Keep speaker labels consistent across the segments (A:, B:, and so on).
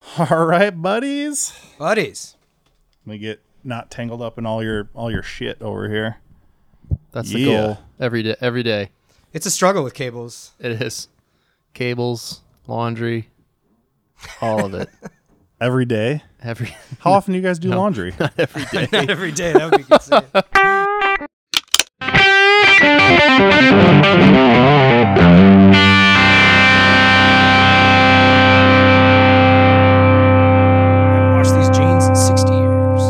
A: All right, buddies.
B: Buddies.
A: Let me get not tangled up in all your all your shit over here.
C: That's the
A: Yeah.
C: goal every day. Every day
B: It's a struggle with cables.
C: it is cables, laundry, all of it.
A: Every day.
C: Every
A: How often do you guys do laundry?
C: every day.
B: Not every day. That would be good. saying. Wash these jeans in 60 years.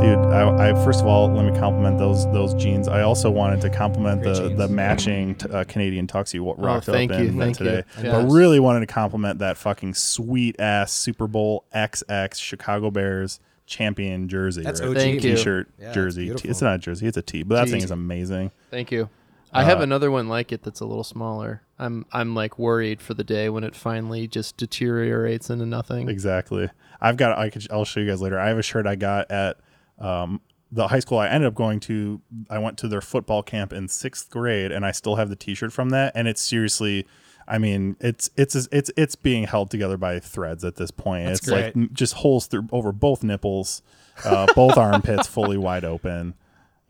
A: Dude, I, I first of all let me compliment those those jeans. I also wanted to compliment
B: Great
A: the,
B: jeans.
A: the matching t- uh, Canadian tux you wa- rocked
C: Oh, thank
A: up
C: you,
A: in uh,
C: thank you.
A: today.
C: Yes.
A: But really wanted to compliment that fucking sweet ass Super Bowl XX Chicago Bears champion jersey.
B: That's
A: right?
B: OG.
C: Thank you.
A: T-shirt
B: Yeah, it's
A: jersey. It's,
B: beautiful.
A: it's not a jersey. It's a tee. But that
C: Tee.
A: thing is amazing.
C: Thank you. I
A: Uh,
C: have another one like it that's a little smaller. I'm I'm like worried for the day when it finally just deteriorates into nothing.
A: Exactly. I've got. I could. I'll show you guys later. I have a shirt I got at um, the high school I ended up going to. I went to their football camp in sixth grade, and I still have the T-shirt from that. And it's seriously. I mean, it's it's it's it's being held together by threads at this point. it's like
B: great.
A: m- just holes through over both nipples, uh, both armpits fully wide open.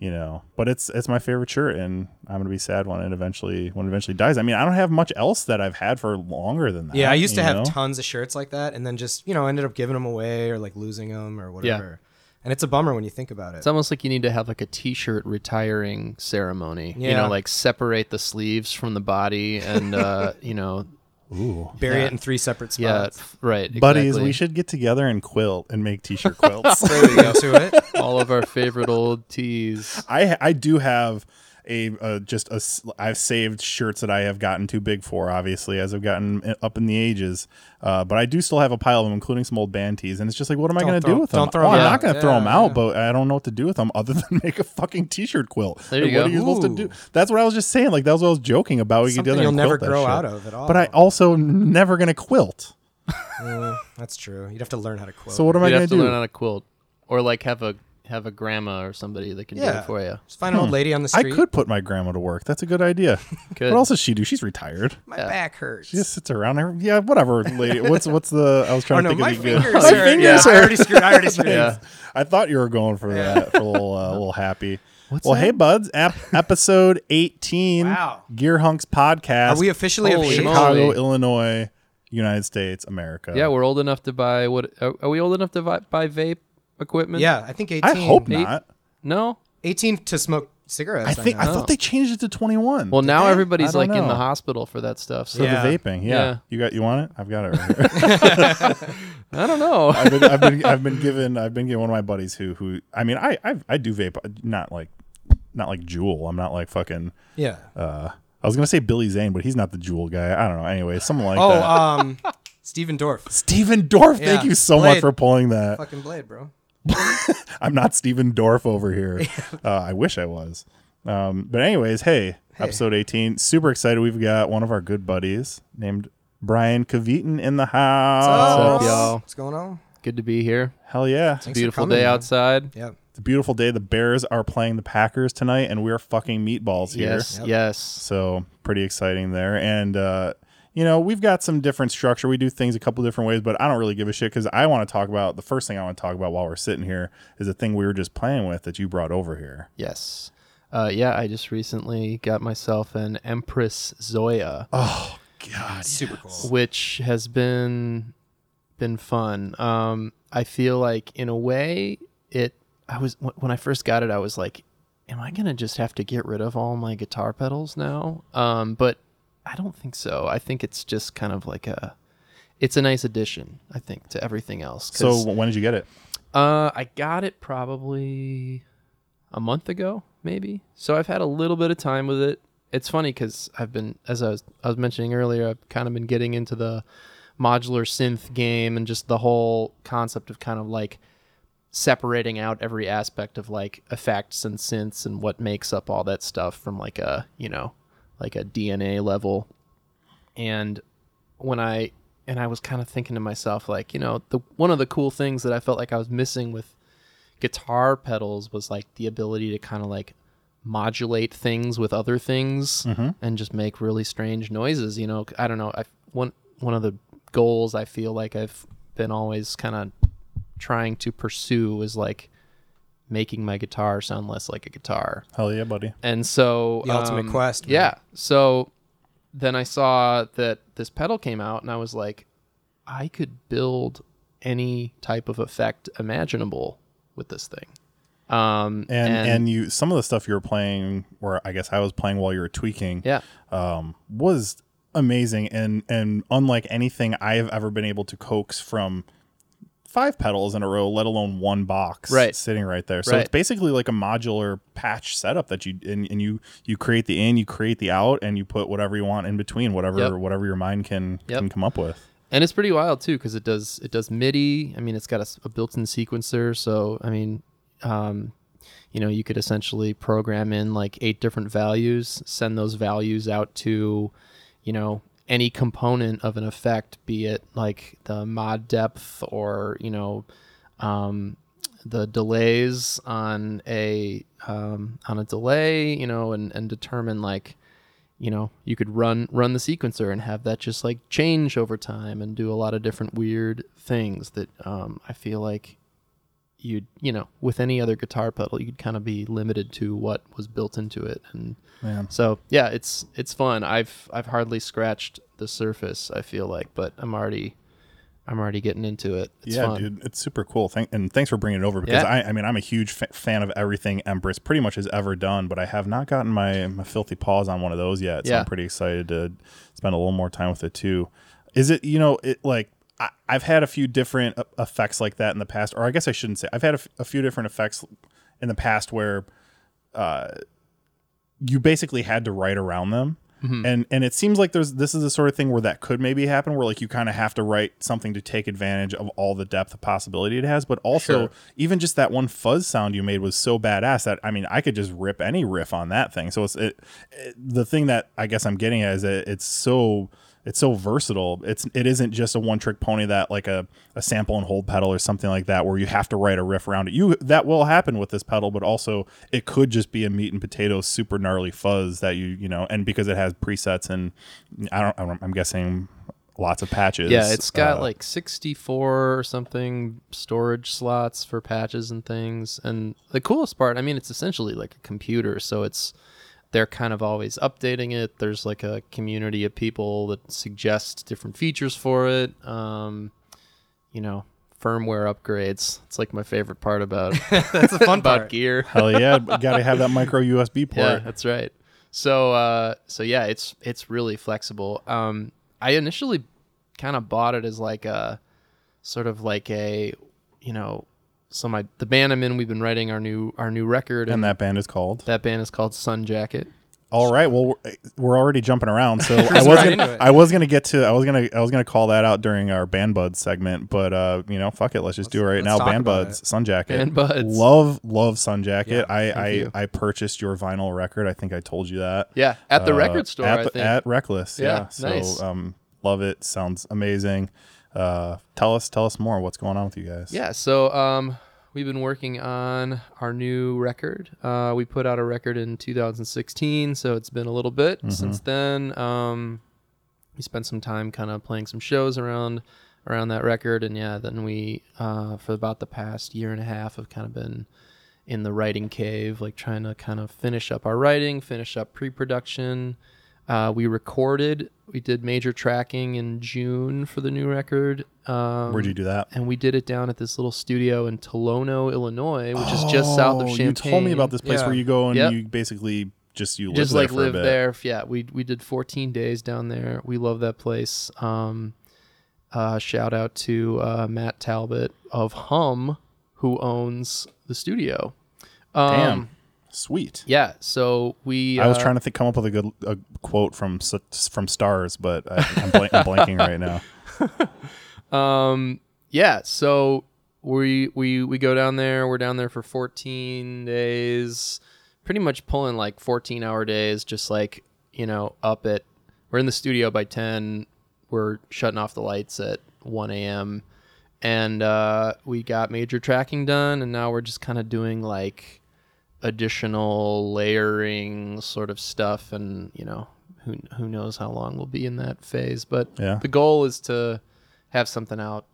A: You know, but it's it's my favorite shirt, and I'm gonna be sad when it eventually when it eventually dies. I mean, I don't have much else that I've had for longer than that.
B: Yeah, I used to
A: you
B: have
A: know?
B: tons of shirts like that, and then just you know ended up giving them away or like losing them or whatever. And it's a bummer when you think about it.
C: It's almost like you need to have like a t-shirt retiring ceremony. You
B: Yeah.
C: know, like separate the sleeves from the body and uh, you know,
B: Bury it in three separate
C: yeah,
B: spots.
C: f- right.
A: buddies
C: exactly.
A: we should get together and quilt and make t-shirt quilts
B: There we go. To it.
C: all of our favorite old teas.
A: i i do have a, a just a s- i've saved shirts that i have gotten too big for obviously as i've gotten i- up in the ages uh, but i do still have a pile of them including some old band tees and it's just like what am i
B: Don't
A: going to
B: throw-
A: do with them
B: don't throw
A: Oh, i'm
B: 'em
A: not
B: out.
A: going to throw them
B: Yeah,
A: out
B: yeah.
A: but i don't know what to do with them other than make a fucking t-shirt quilt
C: There you
A: Like, what
C: go.
A: are you supposed to
B: Ooh.
A: do that's what i was just saying like that was what i was joking about we could get together
B: Something you'll
A: and
B: never
A: quilt that
B: grow
A: shit.
B: out of Oh. at all.
A: but i also n- never going to quilt
B: Mm, that's true. You'd have to learn how to quilt.
A: so what am
C: You'd
A: i going
C: have to
A: do
C: learn on a quilt, or like have a have a grandma or somebody that can do
B: yeah
C: it for you.
B: Just find an old lady on the
A: I
B: street.
A: could put my grandma to work. That's a good idea.
C: Good.
A: What else does she do? She's retired.
B: My back hurts.
A: She just sits around. Her. Yeah, whatever, lady. What's what's the? I was trying
B: Oh
A: to
B: no,
A: think
B: my
A: of the good.
B: fingers.
A: my
B: are-
A: fingers
B: yeah, I
A: are.
B: already screwed. I already screwed.
C: Yeah.
A: I thought you were going for that, for a little, uh, a little happy. well, hey, buds. Ep- episode eighteen.
B: Wow.
A: Gear Hunks podcast.
B: Are we officially
C: Holy
B: official?
C: moly.
A: Chicago, Illinois, United States, America.
C: Yeah, we're old enough to buy what? Are, are we old enough to buy, buy vape equipment?
B: Yeah, I think 18.
A: I hope
C: Eight-
A: not.
C: No.
B: 18 to smoke cigarettes.
A: I think I
B: know.
A: thought they changed it to twenty one.
C: Well, now
B: they?
A: I
C: everybody's
A: don't
C: like in
A: know.
C: the hospital for that stuff. So
A: for
B: Yeah.
A: the vaping. Yeah.
C: Yeah.
A: you got you want it? I've got it. Right here.
C: I don't know.
A: I've been, I've been I've been given I've been given one of my buddies who who I mean I I, I do vape not like not like Jewel I'm not like fucking
B: Yeah.
A: uh I was gonna say Billy Zane but he's not the Jewel guy I don't know anyway someone like
B: oh,
A: that
B: um, Steven Dorff.
A: uh, Steven Dorff thank
B: yeah,
A: you so much
B: Blade.
A: for pulling that
B: Fucking blade, bro.
A: I'm not Steven Dorff over here uh, I wish I was um but anyways hey, episode 18 super excited we've got one of our good buddies named Brian Cavieton in the house
C: up,
B: What's-
C: y'all?
B: Oh, What's going on?
C: Good to be here.
A: hell yeah
B: Thanks for
C: Beautiful
B: coming,
C: day
B: man.
C: outside.
B: Yeah.
A: it's a beautiful day the Bears are playing the Packers tonight and we're fucking meatballs here
C: Yes. Yes.
A: So pretty exciting there. And uh, you know, we've got some different structure. We do things a couple different ways, but I don't really give a shit because I want to talk about the first thing I want to talk about while we're sitting here is the thing we were just playing with that you brought over here.
C: Yes. Uh, yeah, I just recently got myself an Empress Zoya,
A: Oh, God.
B: Super cool.
C: which has been been fun. Um, I feel like in a way it. I was wh- when I first got it, I was like, "Am I gonna just have to get rid of all my guitar pedals now?" Um, but I don't think so. I think it's just kind of like a. It's a nice addition, I think, to everything else. 'cause-
A: So when did you get it?
C: Uh, I got it probably a month ago, maybe. So I've had a little bit of time with it. It's funny because I've been, as I was, I was mentioning earlier, I've kind of been getting into the modular synth game and just the whole concept of kind of like separating out every aspect of like effects and synths and what makes up all that stuff from like a, you know, like a DNA level. And when I and I was kind of thinking to myself like, you know, the one of the cool things that I felt like I was missing with guitar pedals was like the ability to kind of like modulate things with other things
B: Mm-hmm.
C: and just make really strange noises, you know. I don't know. I one one of the goals I feel like I've been always kind of trying to pursue is like making my guitar sound less like a guitar.
A: Hell yeah, buddy.
C: And so um,
B: The
A: Um,
B: ultimate quest, man.
C: Yeah. So then I saw that this pedal came out and I was like, I could build any type of effect imaginable with this thing. Um
A: And, and you some of the stuff you were playing, or I guess I was playing while you were tweaking,
C: yeah.
A: um, was amazing and and unlike anything I've ever been able to coax from five pedals in a row, let alone one box
C: Right.
A: sitting right there. So
C: Right.
A: it's basically like a modular patch setup that you and, and you you create the in, you create the out, and you put whatever you want in between, whatever
C: Yep.
A: whatever your mind can
C: Yep.
A: can come up with.
C: and it's pretty wild too because it does it does MIDI. I mean, it's got a, s- a built-in sequencer, so I mean, um, you know, you could essentially program in like eight different values, send those values out to, you know, any component of an effect, be it like the mod depth or you know, um, the delays on a um, on a delay, you know, and and determine like you know you could run run the sequencer and have that just like change over time and do a lot of different weird things that um, I feel like you'd you know with any other guitar pedal you'd kind of be limited to what was built into it and
A: Man.
C: so yeah it's it's fun I've I've hardly scratched the surface I feel like but I'm already I'm already getting into it it's
A: yeah,
C: fun
A: dude, it's super cool. Thank, and thanks for bringing it over because
C: Yeah.
A: I, I mean, I'm a huge fa- fan of everything Empress pretty much has ever done, but I have not gotten my, my filthy paws on one of those yet. So
C: Yeah.
A: I'm pretty excited to spend a little more time with it too. Is it, you know, it like, I, I've had a few different e- effects like that in the past, or I guess I shouldn't say, I've had a, f- a few different effects in the past where you basically had to write around them. And and it seems like there's this is the sort of thing where that could maybe happen where like you kind of have to write something to take advantage of all the depth of possibility it has, but also
C: Sure.
A: even just that one fuzz sound you made was so badass that I mean I could just rip any riff on that thing. So it's it, it the thing that I guess I'm getting at is that it's so it's so versatile. It's it isn't just a one trick pony that like a, a sample and hold pedal or something like that where you have to write a riff around it. You that will happen with this pedal, but also it could just be a meat and potatoes super gnarly fuzz that you you know, and because it has presets and I don't, I don't I'm guessing lots of patches.
C: yeah it's got
A: uh,
C: like 64 or something storage slots for patches and things and the coolest part i mean it's essentially like a computer so it's they're kind of always updating it there's like a community of people that suggest different features for it um, you know firmware upgrades it's like my favorite part about
B: That's the fun
C: about
B: part.
C: gear
A: hell yeah, got to have that micro USB port.
C: yeah, that's right. So uh, so yeah, it's it's really flexible. Um, I initially kind of bought it as like a sort of like a you know, so my the band I'm in, we've been writing our new our new record, and,
A: And that band is called.
C: that band is called Sun Jacket.
A: All right. Well, we're- eh, we're already jumping around, so I was
B: right into
A: gonna,
B: it.
A: I was gonna get to I was gonna I was gonna call that out during our band buds segment, but uh, you know, fuck it, let's just do it right
B: let's
A: now.
B: talk
A: Band
B: about
A: buds, Sun Jacket,
C: Band Buds.
A: love love Sun Jacket.
C: you.
A: I I, I purchased your vinyl record. I think I told you that.
C: Yeah, at the
A: Uh,
C: record store.
A: at,
C: I
A: the-
C: think.
A: at Reckless. Yeah,
C: Yeah,
A: so
C: nice.
A: um, love it. Sounds amazing. Uh, tell us tell us more. What's going on with you guys?
C: Yeah, so um, we've been working on our new record. Uh, we put out a record in 2016, so it's been a little bit
A: Mm-hmm.
C: since then. Um, we spent some time kind of playing some shows around around that record, and yeah, then we uh, for about the past year and a half have kind of been in the writing cave, like trying to kind of finish up our writing, finish up pre-production. Uh, we recorded, we did major tracking in June for the new record. Um,
A: Where'd you do that?
C: and we did it down at this little studio in Tolono, Illinois, which is just south of
A: Oh,
C: Champaign.
A: You told me about this place
B: Yeah.
A: where you go and
C: Yep.
A: you basically just you live
C: Just
A: there
C: like
A: for
C: live
A: a bit.
C: there. Yeah, we we did 14 days down there. We love that place. Um, uh, shout out to uh, Matt Talbot of Hum, who owns the studio. Um,
A: Damn, sweet.
C: Yeah, so we.
A: I was
C: uh,
A: trying to think, come up with a good a quote from s- from Stars, but I, I'm, blank, I'm blanking right now.
C: Um, yeah, so we we we go down there. We're down there for 14 days, pretty much pulling like 14 hour days. Just like you know, up at we're in the studio by 10. We're shutting off the lights at 1 a.m. And uh, we got major tracking done, and now we're just kind of doing like additional layering sort of stuff, and you know, who who knows how long we'll be in that phase. But
A: Yeah.
C: the goal is to have something out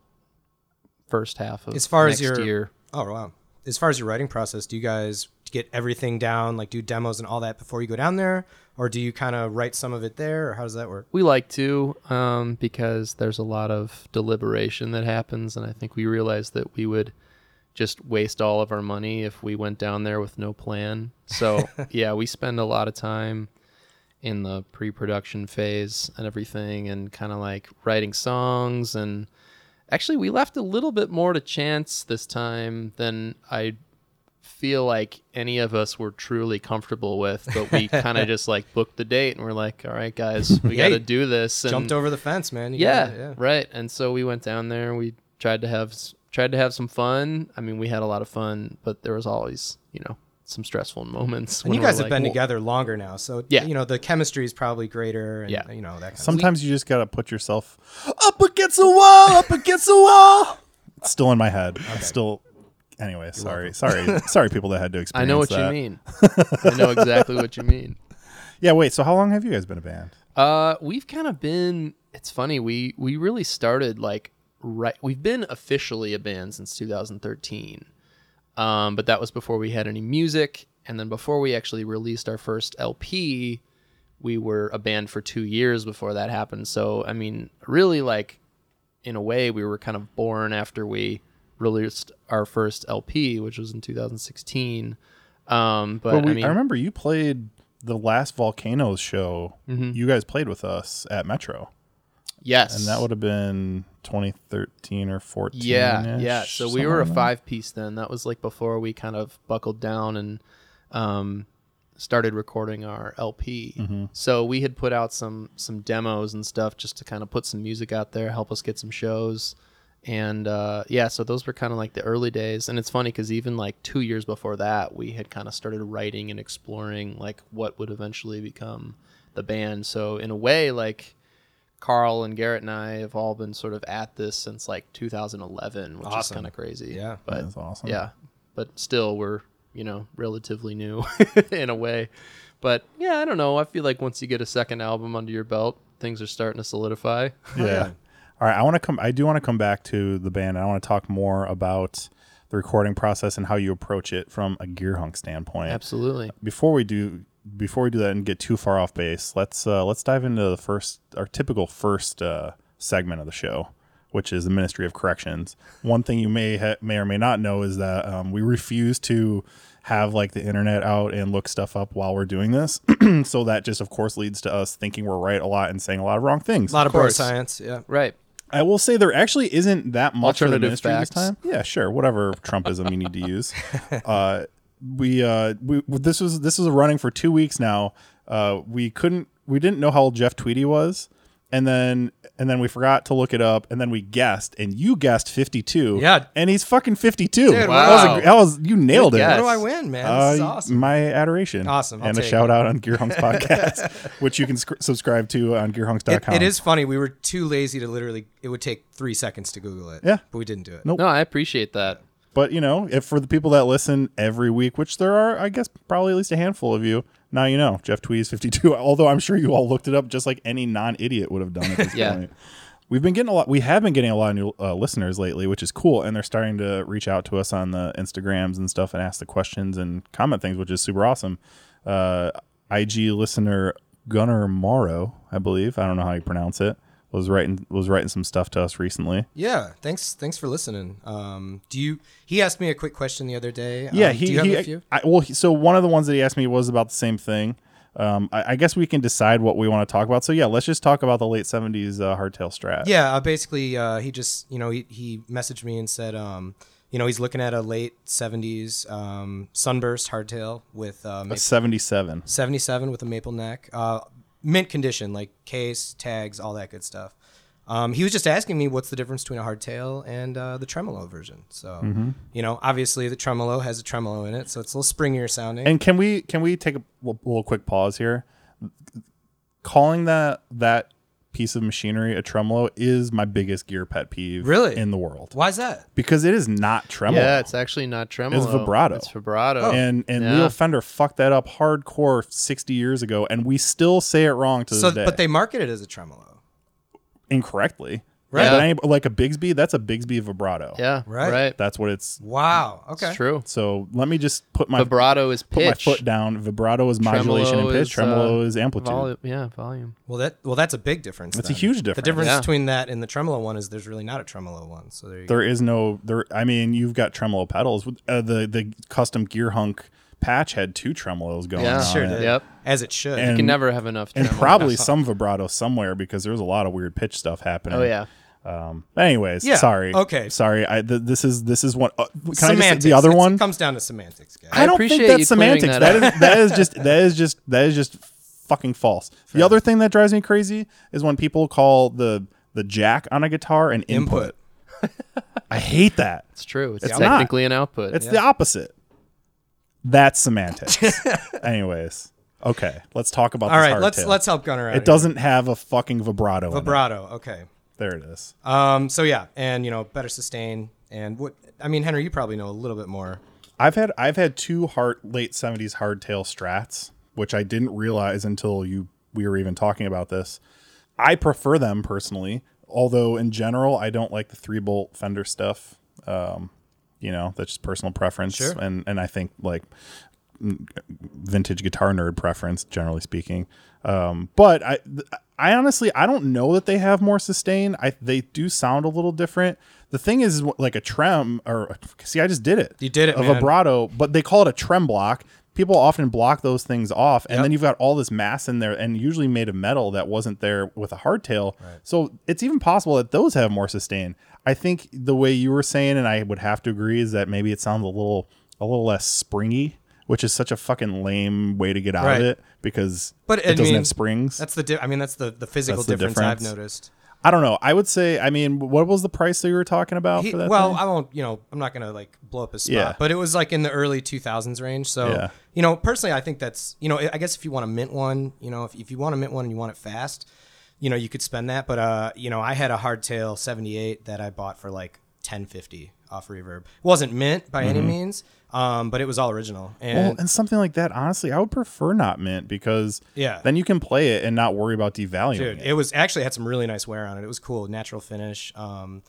C: first half of
B: As far
C: next
B: as your-
C: year.
B: Oh wow. As far as your writing process, do you guys get everything down, like do demos and all that before you go down there, or do you kind of write some of it there, or how does that work?
C: We like to um, because there's a lot of deliberation that happens, and I think we realized that we would just waste all of our money if we went down there with no plan. So yeah, we spend a lot of time in the pre-production phase and everything, and kind of like writing songs. And actually, we left a little bit more to chance this time than I feel like any of us were truly comfortable with. But we kind of just like booked the date, and we're like, all right, guys, we
B: Yeah,
C: got
B: you
C: to do this. And
B: Jumped over the fence, man. You
C: yeah,
B: gotta-
C: right. And so we went down there. We tried to have s- tried to have some fun. I mean, we had a lot of fun, but there was always you know some stressful moments.
B: And
C: when
B: you
C: we're
B: guys have
C: like,
B: been
C: "Well,
B: together longer now, so
C: Yeah.
B: you know the chemistry is probably greater. And,
C: Yeah.
B: you know that. Kind of
A: Sometimes you just gotta put yourself up against the wall, up against the wall. It's still in my head. It's still. Anyway, sorry, sorry, sorry, people that had to
C: I
A: experience.
C: know what
A: that.
C: you mean. I know exactly what you mean.
A: Yeah, wait. So how long have you guys been a band?
C: Uh, we've kind of been. It's funny. We we really started like right. We've been officially a band since 2013, um, but that was before we had any music, and then before we actually released our first LP, we were a band for two years before that happened. So I mean, really, like in a way, we were kind of born after we released our first LP, which was in 2016. Um, but
A: Well, we,
C: I mean,
A: remember you played the last Volcanoes show.
C: Mm-hmm.
A: You guys played with us at Metro,
C: yes,
A: and that would have been 2013 or 14.
C: Yeah, yeah. So we were a five piece then. That was like before we kind of buckled down and um, started recording our LP.
B: Mm-hmm.
C: So we had put out some some demos and stuff just to kind of put some music out there, help us get some shows. And uh, yeah, so those were kind of like the early days. And it's funny because even like two years before that, we had kind of started writing and exploring like what would eventually become the band. So in a way, like Carl and Garrett and I have all been sort of at this since like 2011, which is
B: Awesome.
C: kind of crazy.
B: Yeah.
C: but
A: That's awesome.
C: yeah, but still we're you know relatively new in a way. But yeah, I don't know. I feel like once you get a second album under your belt, things are starting to solidify.
A: Oh, yeah. All right, I want to come. I do want to come back to the band. and I want to talk more about the recording process and how you approach it from a gear hunk standpoint.
C: Absolutely.
A: Before we do, before we do that and get too far off base, let's uh, let's dive into the first our typical first uh, segment of the show, which is the Ministry of Corrections. One thing you may ha- may or may not know is that um, we refuse to have like the internet out and look stuff up while we're doing this. so that just of course leads to us thinking we're right a lot and saying a lot of wrong things.
B: a lot of, bro
C: course.
B: science. Yeah.
C: Right.
A: I will say there actually isn't that much of the
C: Alternative
A: ministry
C: facts.
A: this time. Yeah, sure, whatever Trumpism you need to use. Uh, we uh, we this was this was running for two weeks now. Uh, we couldn't we didn't know how old Jeff Tweedy was, and then and then we forgot to look it up, and then we guessed, and you guessed fifty two.
B: Yeah.
A: and he's fucking fifty two.
B: Dude,
A: that was,
C: wow.
A: a, that was you nailed it.
C: guess.
B: How do I win, man?
A: Uh,
B: this is awesome.
A: My adoration.
B: Awesome, I'll
A: and a
B: take
A: shout out on Gear Hunks podcast, which you can sc- subscribe to on
B: It,
A: gearhunks.com.
B: it is funny. We were too lazy to literally. It would take three seconds to Google it.
A: Yeah.
B: but we didn't do it.
A: Nope.
C: No, I appreciate that.
A: But you know, if for the people that listen every week, which there are, I guess probably at least a handful of you, now you know Jeff Twee's fifty-two. Although I'm sure you all looked it up, just like any non-idiot would have done at this
C: Yeah.
A: point. We've been getting a lot. We have been getting a lot of new uh, listeners lately, which is cool, and they're starting to reach out to us on the Instagrams and stuff, and ask the questions and comment things, which is super awesome. Uh, IG listener Gunnar Morrow, I believe, I don't know how you pronounce it, was writing was writing some stuff to us recently.
B: Yeah, thanks. Thanks for listening. Um, do you? He asked me a quick question the other day.
A: Yeah,
B: Um,
A: he.
B: do you have
A: he
B: a few?
A: I, well, he, so one of the ones that he asked me was about the same thing. Um, I, I guess we can decide what we want to talk about. So yeah, let's just talk about the late '70s uh, hardtail strat.
B: Yeah, uh, basically, uh, he just you know he, he messaged me and said, um, you know, he's looking at a late '70s um, sunburst hardtail with uh, maple,
A: '77.
B: '77 with a maple neck, uh, mint condition, like case tags, all that good stuff. Um, he was just asking me what's the difference between a hardtail and uh, the tremolo version. So,
A: Mm-hmm.
B: you know, obviously the tremolo has a tremolo in it, so it's a little springier sounding.
A: And can we can we take a l- little quick pause here? Calling that that piece of machinery a tremolo is my biggest gear pet peeve.
B: Really?
A: in the world
B: Why is that?
A: because it is not tremolo.
C: Yeah, it's actually not tremolo.
A: vibrato. Oh.
C: It's vibrato.
A: and and
C: Yeah.
A: Leo Fender fucked that up hardcore 60 years ago, and we still say it wrong to
B: So,
A: this day
B: but they market it as a tremolo.
A: incorrectly.
B: Right.
A: But any- like a Bigsby, that's a Bigsby vibrato.
C: Yeah.
B: Right.
C: Right.
A: That's what it's.
B: Wow. Okay.
C: It's true.
A: So let me just put my
C: Vibrato is
A: put
C: pitch.
A: my foot down. Vibrato is modulation
C: Tremolo
A: and pitch.
C: is,
A: Tremolo
C: uh,
A: is amplitude.
C: Volu- yeah, volume.
B: Well, that well, that's a big difference.
A: That's a
B: then.
A: huge difference.
B: The difference
C: Yeah.
B: between that and the tremolo one is there's really not a tremolo one. So there you go.
A: There is no there. I mean, you've got tremolo pedals. Uh, the the custom gear hunk patch had two tremolos going.
C: Yeah.
A: on
C: Sure
A: it.
C: did. Yep.
B: As it should.
A: And-
C: You can never have enough.
A: and
C: tremolo.
A: probably some vibrato somewhere because there's a lot of weird pitch stuff happening.
C: Oh yeah.
A: Um. Anyways,
B: Yeah,
A: sorry.
B: okay.
A: Sorry. I th- this is this is one. Uh, can I just
B: semantics.
A: the other
B: It's-
A: one?
B: It comes down to semantics, guys.
A: I, don't
C: appreciate
A: think
C: you
A: that's
C: clearing
A: semantics.
C: that
A: that is that is just that is just that is just fucking false. the other thing that drives me crazy is when people call the the jack on a guitar an input.
B: Input.
A: I hate that.
C: It's true. It's,
A: It's not.
C: technically an output.
A: It's the opposite. That's semantics. Anyways, okay, let's talk about.
B: All
A: this
B: right,
A: hard
B: let's
A: tail.
B: let's help Gunnar out.
A: It doesn't have a fucking vibrato. in it.
B: vibrato. Okay.
A: There it is.
B: Um. So yeah, and you know, better sustain, and what I mean, Henry, you probably know a little bit more.
A: I've had I've had two heart late seventies hardtail strats, which I didn't realize until you we were even talking about this. I prefer them personally, although in general I don't like the three bolt fender stuff. Um, you know, that's just personal preference,
B: Sure.
A: and and I think like mm, vintage guitar nerd preference, generally speaking. Um, but I th- I honestly I don't know that they have more sustain. I they do sound a little different. The thing is, like a trem or see, I just did it
B: You did it,
A: a
B: man.
A: vibrato, but they call it a trem block. People often block those things off, and then you've got all this mass in there, and usually made of metal that wasn't there with a hardtail. So it's even possible that those have more sustain. I think the way you were saying, and I would have to agree, is that maybe it sounds a little a little less springy, which is such a fucking lame way to get out
B: Right.
A: of it because
B: But,
A: it
B: I
A: doesn't
B: mean,
A: have springs.
B: That's the. Di- I mean, that's the the physical
A: That's the
B: difference, I've
A: difference.
B: noticed.
A: I don't know. I would say. I mean, what was the price that you were talking about
B: He,
A: for that?
B: well,
A: thing?
B: I won't. You know, I'm not gonna like blow up his spot,
A: Yeah.
B: but it was like in the early 2000s range. So,
A: Yeah.
B: you know, personally, I think that's. You know, I guess if you want to mint one, you know, if, if you want to mint one and you want it fast, you know, you could spend that. But uh, you know, I had a hardtail 78 that I bought for like 1050 off Reverb. wasn't mint by any means, um, but it was all original. And,
A: Mm-hmm. Well, and something like that, honestly, I would prefer not mint because
B: Yeah.
A: then you can play it and not worry about devaluing
B: Dude,
A: it.
B: it was actually had some really nice wear on it. It was cool, natural finish. Um,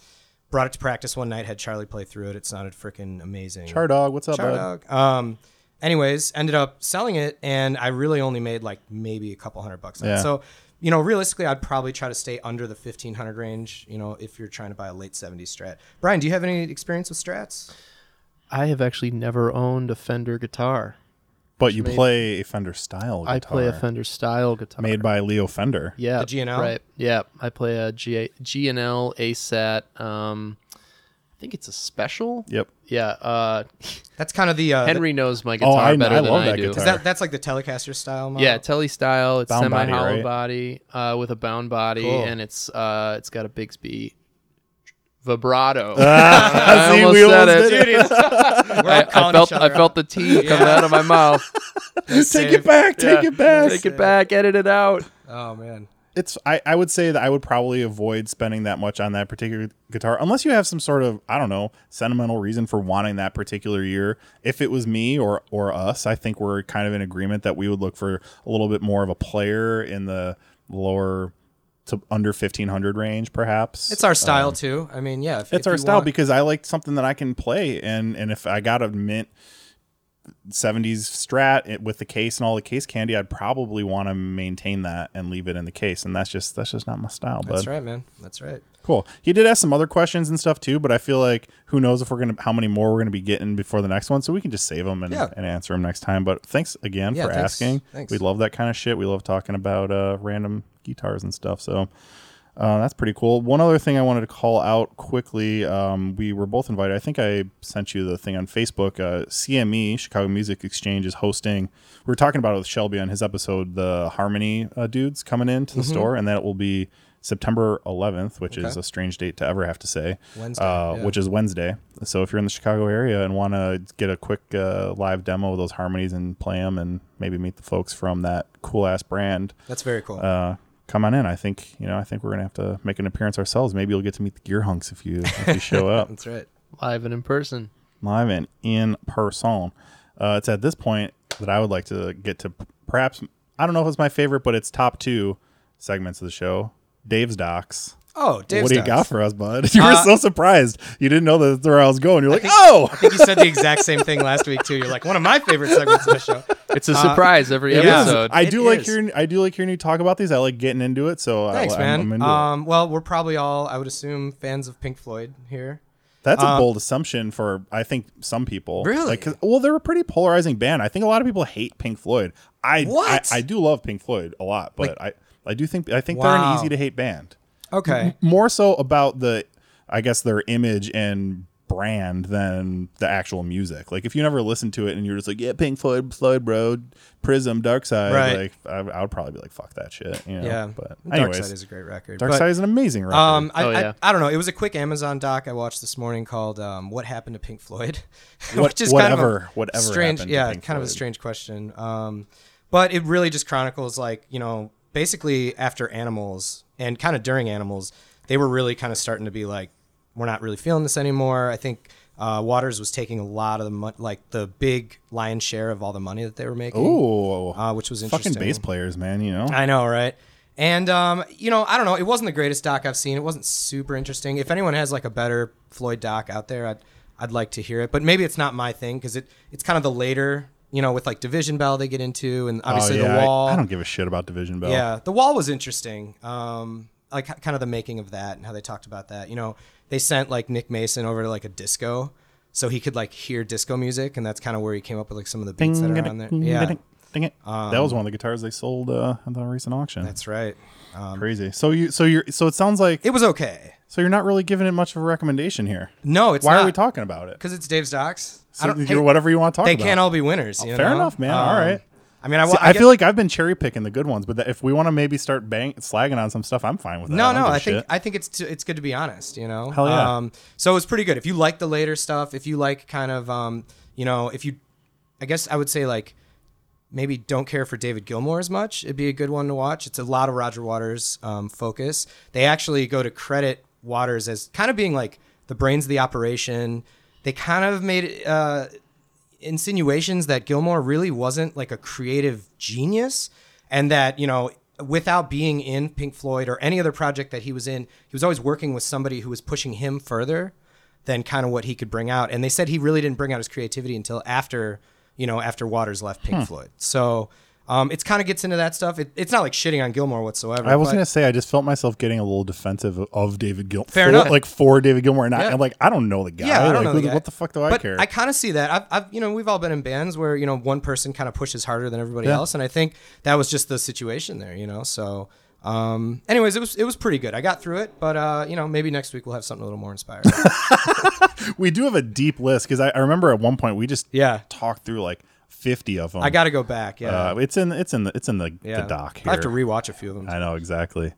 B: brought it to practice one night, had Charlie play through it. It sounded freaking amazing.
A: Char dog, what's up,
B: Char
A: bud?
B: dog. Um, anyways, ended up selling it, and I really only made like maybe a couple hundred bucks. On it.
A: Yeah.
B: So, you know, realistically, I'd probably try to stay under the fifteen hundred range. You know, if you're trying to buy a late '70s Strat. Brian, do you have any experience with Strats?
C: I have actually never owned a Fender guitar.
A: But you play a Fender style guitar
C: I play a Fender style guitar.
A: made by Leo Fender.
C: Yeah.
B: The G&L?
C: Right. Yeah. I play a G- G&L ASAT. Um, I think it's a special.
A: Yep.
C: Yeah. Uh,
B: That's kind of the uh,
C: Henry knows my guitar
A: Oh, I-
C: better
A: I
C: than
A: love
C: I
A: that
C: do.
B: Is
A: guitar.
B: that that's like the Telecaster style model?
C: Yeah, Telly style. It's
A: Bound
C: semi
A: body,
C: hollow
A: right?
C: body uh, with a bound body,
B: Cool.
C: and it's uh, it's got a Bigsby vibrato.
A: Ah, See,
C: almost
A: we
C: said
A: almost
C: it.
A: did
B: We're all
C: I, I
B: calling
C: felt
B: each other
C: I felt the tea coming out of my mouth.
A: Take it back. Take
C: Yeah.
A: it back.
C: Take it back. Edit it out.
B: out. Oh man.
A: it's I, I would say that I would probably avoid spending that much on that particular guitar unless you have some sort of I don't know sentimental reason for wanting that particular year. If it was me or or us, I think we're kind of in agreement that we would look for a little bit more of a player in the lower to under fifteen hundred range, perhaps.
B: It's our style too. I mean, yeah. If,
A: Um, it's
B: if
A: our
B: you
A: style
B: want-
A: because I like something that I can play and and if I got a mint 70s strat it- with the case and all the case candy I'd probably want to maintain that and leave it in the case and that's just that's just not my style but
B: That's right, man. That's right.
A: cool he did ask some other questions and stuff too but I feel like who knows if we're gonna how many more we're gonna be getting before the next one so we can just save them and,
B: Yeah.
A: and answer them next time but thanks again
B: Yeah,
A: for
B: thanks.
A: asking
B: Thanks.
A: we love that kind of shit we love talking about uh random guitars and stuff so uh, that's pretty cool. One other thing I wanted to call out quickly. Um, we were both invited. I think I sent you the thing on Facebook. Uh, CME, Chicago Music Exchange, is hosting. We were talking about it with Shelby on his episode, the Harmony uh, dudes coming into the store, and that will be September 11th, which is
B: Mm-hmm. Okay.
A: a strange date to ever have to say,
B: Wednesday,
A: uh,
B: yeah.
A: which is Wednesday. So if you're in the Chicago area and want to get a quick uh, live demo of those harmonies and play them and maybe meet the folks from that cool ass brand,
B: That's very cool.
A: uh, come on in. I think you know. I think we're gonna have to make an appearance ourselves. Maybe you'll get to meet the gear hunks if you if you show up
B: That's right.
C: Live and in person.
A: live and in person. Uh, it's at this point that I would like to get to perhaps I don't know if it's my favorite, but it's top two segments of the show. Dave's docs.
B: Oh, Dave
A: what do you
B: Stotts.
A: got for us, bud? You were
B: Uh,
A: so surprised. You didn't know that's where I was going. You're like,
B: think-
A: oh,
B: I think you said the exact same thing last week too. You're like one of my favorite segments of the show.
C: It's a surprise every
B: it is.
C: episode.
A: "Oh, I do
B: It
A: like
B: is.
A: hearing. I do like hearing you talk about these. I like getting into it. So I-
B: Thanks,
A: Oh, I'm-
B: man.
A: I'm into it.
B: um, well, we're probably all, I would assume, fans of Pink Floyd here.
A: That's a bold assumption for I think some people.
B: Uh, Really?
A: Like, 'cause- well, they're a pretty polarizing band. I think a lot of people hate Pink Floyd. I
B: What?
A: I, I do love Pink Floyd a lot, but I I do think I think they're an
B: Wow.
A: easy to hate band.
B: Okay.
A: More so about the I guess their image and brand than the actual music. Like if you never listen to it and you're just like, yeah, Pink Floyd, Floyd, bro, Prism, Dark Side,
B: Right.
A: like I, I would probably be like, fuck that shit. You know?
B: Yeah.
A: But
B: Dark
A: anyways,
B: Side is a great record.
A: Dark
B: but-
A: Side is an amazing record.
B: Um, I,
C: Oh, yeah.
B: I, I don't know. It was a quick Amazon doc I watched this morning called um, "What Happened to Pink Floyd,"
A: What-
B: which is kind
A: whatever-
B: of a
A: whatever
B: strange,
A: happened to
B: yeah,
A: Pink
B: kind of a
A: Floyd.
B: strange question. Um, but it really just chronicles like you know basically after Animals and kind of during Animals, they were really kind of starting to be like, we're not really feeling this anymore. I think. Uh, Waters was taking a lot of the mon- like the big lion's share of all the money that they were making,
A: Ooh,
B: uh, which was interesting.
A: fucking bass players, man. You know,
B: I know, right? And um, you know, I don't know. It wasn't the greatest doc I've seen. It wasn't super interesting. If anyone has like a better Floyd doc out there, I'd I'd like to hear it. But maybe it's not my thing because it it's kind of the later, you know, with like Division Bell they get into, and obviously
A: Oh, yeah,
B: the
A: I-
B: Wall.
A: I, don't give a shit about Division Bell.
B: Yeah, the wall was interesting. Um, like ki- kind of the making of that and how they talked about that. You know, they sent like Nick Mason over to like a disco, so he could like hear disco music, and that's kind of where he came up with like some of the beats that are on there. Yeah, Um,
A: Ding it. that was one of the guitars they sold uh, at the recent auction. That's
B: that's right. Um,
A: crazy. So you, so you're, so it sounds like,
B: it was okay.
A: so you're not really giving it much of a recommendation here.
B: No, it's
A: Why
B: not.
A: are we talking about it?
B: Because it's Dave's docs.
A: So
B: I don't,
A: you-
B: hey,
A: whatever you want to talk
B: they
A: about. Oh,
B: can't all be winners. You
A: Fair
B: know? Um,
A: enough, man. All right.
B: I mean, I,
A: See,
B: wa-
A: I,
B: I
A: feel like I've been cherry picking the good ones, but that if we want to maybe start bang slagging on some stuff, I'm fine with that.
B: no,
A: I don't
B: no.
A: give a
B: I think
A: shit.
B: I think it's t- it's good to be honest. You know.
A: Hell yeah.
B: Um, so it's pretty good. If you like the later stuff, if you like kind of um, you know, if you, I guess I would say like. Maybe don't care for David Gilmour as much. It'd be a good one to watch. It's a lot of Roger Waters' um, focus. They actually go to credit Waters as kind of being like the brains of the operation. They kind of made it, uh, insinuations that Gilmore really wasn't like a creative genius and that, you know, without being in Pink Floyd or any other project that he was in, he was always working with somebody who was pushing him further than kind of what he could bring out. And they said he really didn't bring out his creativity until after, you know, after Waters left
A: Hmm.
B: Pink Floyd. So um, it's kind of gets into that stuff. It, it's not like shitting on Gilmore whatsoever.
A: I was
B: but-
A: gonna say I just felt myself getting a little defensive of- of David Gilmour.
B: Fair enough.
A: Like for David Gilmour, and I,
B: Yeah.
A: am like I don't know the guy.
B: Yeah, I don't
A: Like,
B: know
A: who
B: the guy.
A: What the fuck do I
B: but
A: care?
B: I kind of see that. I've, I've, you know, we've all been in bands where you know one person kind of pushes harder than everybody
A: Yeah.
B: else, and I think that was just the situation there. You know, so. Um. Anyways, it was it was pretty good. I got through it, but uh, you know, maybe next week we'll have something a little more inspiring.
A: we do have a deep list because I, I remember at one point we just
B: Yeah.
A: talked through like 50 of them
B: I got to go back. Yeah.
A: uh, it's in it's in the it's in the, the doc here
B: I have to rewatch a few of them.
A: I know exactly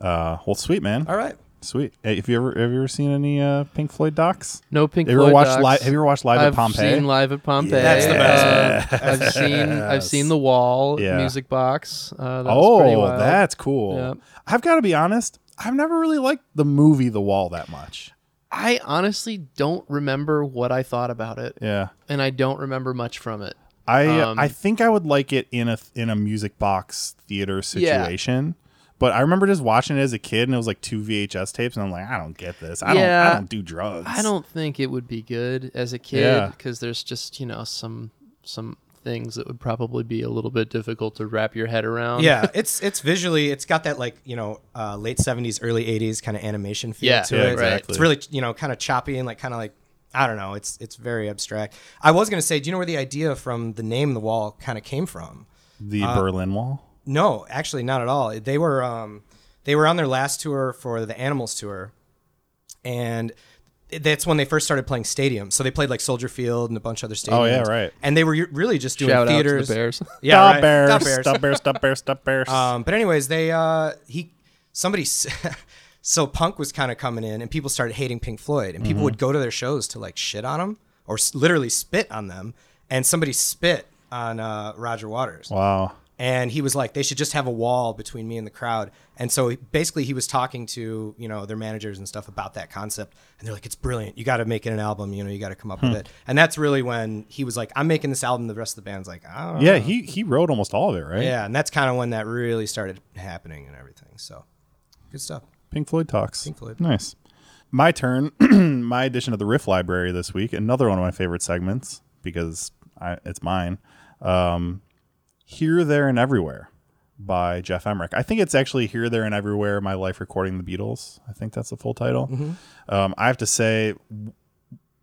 A: uh well sweet man
B: all right.
A: sweet Hey, have you ever have you ever seen any uh pink floyd docs
C: No Pink
A: Have you ever
C: Floyd
A: watched
C: docs.
A: live- have you ever watched Live at
C: I've
A: Pompeii?
C: seen Live at Pompeii.
B: That's the best
C: Uh, I've seen I've seen The Wall at
A: Yeah.
C: Music Box. Uh, that was pretty
A: oh
C: wild.
A: that's cool
C: Yeah.
A: i've got to be honest i've never really liked the movie the wall that much
C: I honestly don't remember what I thought about it,
A: yeah
C: and I don't remember much from it.
A: I
C: Um,
A: I think I would like it in a in a music box theater
C: Yeah.
A: situation. But I remember just watching it as a kid, and it was like two VHS tapes, and I'm like, I don't get this. I don't
C: Yeah.
A: I don't do drugs.
C: I don't think it would be good as a
A: Yeah.
C: kid because there's just you know some some things that would probably be a little bit difficult to wrap your head around.
B: Yeah, it's it's visually it's got that like you know uh, late seventies, early eighties kind of animation feel
C: Yeah,
B: to
C: yeah,
B: it.
A: exactly.
B: It's really you know kind of choppy and like kind of like I don't know. It's it's very abstract. I was gonna say, do you know where the idea from the name The Wall kind of came from?
A: The
C: uh,
A: Berlin Wall.
B: No, actually, not at all. They were um, they were on their last tour for the Animals tour, and that's when they first started playing stadiums. So they played like Soldier Field and a bunch of other stadiums.
A: Oh, yeah, right.
B: And they were really just doing
C: Shout out to
B: theaters.
C: the Bears.
B: Yeah,
A: stop,
B: right.
A: bears,
B: Stop Bears.
A: stop bears, stop bears, stop bears.
B: Um, but anyways, they uh, he somebody s- so punk was kind of coming in, and people started hating Pink Floyd, and people would go to their shows to like shit on them or s- literally spit on them, and somebody spit on uh, Roger Waters,
A: wow.
B: and he was like, they should just have a wall between me and the crowd, and so he- basically he was talking to you know their managers and stuff about that concept, and they're like, it's brilliant, you got to make it an album, you know, you got to come up with it, and that's really when he was like, I'm making this album, the rest of the band's like, I don't
A: Yeah,
C: uh,
A: he he wrote almost all of it, right?
B: yeah, and that's kind of when that really started happening and everything. So, good stuff.
A: Pink Floyd talks.
B: Pink Floyd.
A: Nice. My turn. my addition to the riff library this week. Another one of my favorite segments because I, it's mine. Um, Here, There, and Everywhere by Jeff Emmerich. I think it's actually Here, There, and Everywhere. My life recording the Beatles. I think that's the full title.
B: Mm-hmm.
A: Um, I have to say,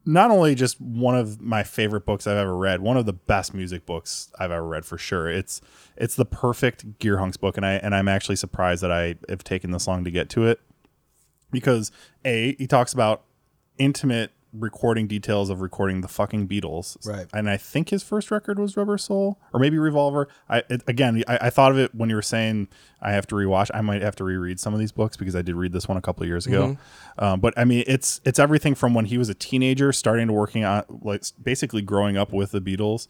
A: not only just one of my favorite books I've ever read, one of the best music books I've ever read for sure. It's it's the perfect Gear Hunks book, and I and I'm actually surprised that I have taken this long to get to it because a he talks about intimate recording details of recording the fucking Beatles,
B: Right.
A: And I think his first record was Rubber Soul or maybe Revolver. I it, again, I, I thought of it when you were saying I have to rewatch. I might have to reread some of these books because I did read this one a couple of years ago. Um, but I mean, it's it's everything from when he was a teenager, starting to working on like basically growing up with the Beatles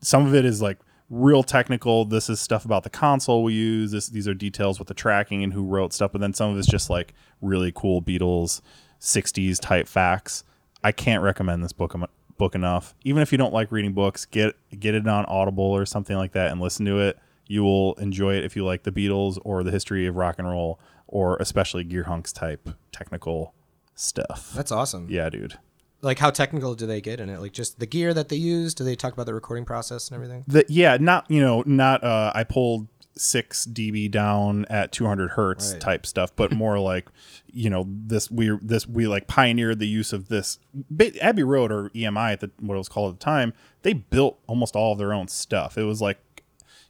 A: some of it is like real technical. This is stuff about the console we use. This these are details with the tracking and who wrote stuff. But then some of it's just like really cool Beatles '60s type facts. I can't recommend this book em- book enough. Even if you don't like reading books, get get it on Audible or something like that and listen to it. You will enjoy it if you like the Beatles or the history of rock and roll or especially Gear Hunks type technical stuff.
B: That's awesome.
A: Yeah, dude.
B: Like, how technical do they get in it? Like, just the gear that they use? Do they talk about the recording process and everything?
A: the yeah not you know not uh i pulled six db down at 200 hertz
B: Right.
A: type stuff but more like you know this we this we like pioneered the use of this Ba- abbey road or emi at the what it was called at the time they built almost all of their own stuff it was like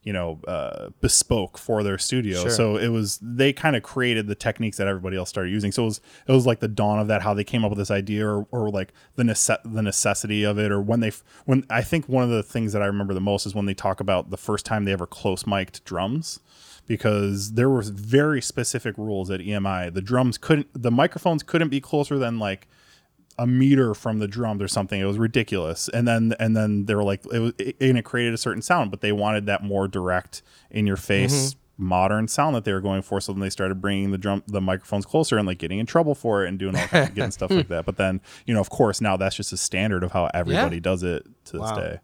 A: you know uh bespoke for their studio
B: Sure.
A: so it was they kind of created the techniques that everybody else started using so it was it was like the dawn of that how they came up with this idea or, or like the nece- the necessity of it or when they f- when i think one of the things that i remember the most is when they talk about the first time they ever close mic'd drums because there were very specific rules at emi the drums couldn't the microphones couldn't be closer than like a meter from the drums or something. It was ridiculous. And then and then they were like it was it, and it created a certain sound, but they wanted that more direct in your face modern sound that they were going for. So then they started bringing the drum the microphones closer and like getting in trouble for it and doing all kinds of getting stuff like that. But then, you know, of course now that's just a standard of how everybody does it to
B: Wow.
A: this day.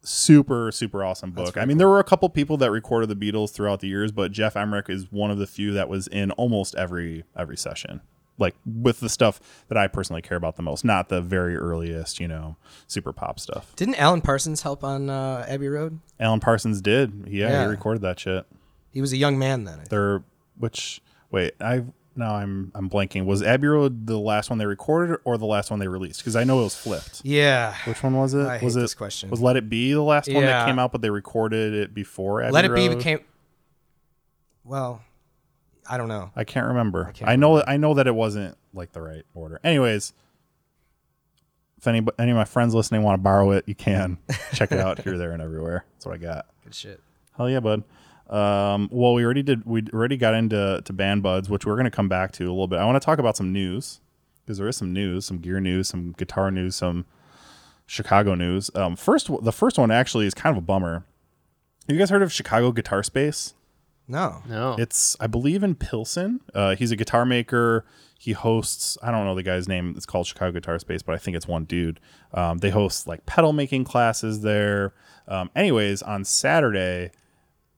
A: Super, super awesome book. I mean, there were a couple people that recorded the Beatles throughout the years, but Jeff Emmerich is one of the few that was in almost every every session. Like with the stuff that I personally care about the most, not the very earliest, you know, super pop stuff.
B: Didn't Alan Parsons help on uh, Abbey Road?
A: Alan Parsons did. Yeah,
B: Yeah.
A: he recorded that shit.
B: He was a young man then. I think.
A: There which wait, I now I'm I'm blanking. Was Abbey Road the last one they recorded or the last one they released? Because I know it was flipped.
B: Yeah.
A: Which one was it?
B: I
A: was it
B: hate this question.
A: Was Let It Be the last one that
B: Yeah.
A: came out, but they recorded it before Abbey
B: Let It Be
A: Road?
B: became. Well, I don't know.
A: I can't remember. I, know I know that it wasn't like the right order. Anyways, if any any of my friends listening want to borrow it, you can check it out here, there, and everywhere. That's what I got.
B: Good shit.
A: Hell yeah, bud. Um, well, we already did. We already got into to band buds, which we're going to come back to a little bit. I want to talk about some news because there is some news, some gear news, some guitar news, some Chicago news. Um, first, the first one actually is kind of a bummer. You guys heard of Chicago Guitar Space?
B: No.
C: No.
A: It's I believe in Pilsen. Uh, he's a guitar maker. He hosts I don't know the guy's name. It's called Chicago Guitar Space, but I think it's one dude. Um, they host like pedal making classes there. Um, anyways, on Saturday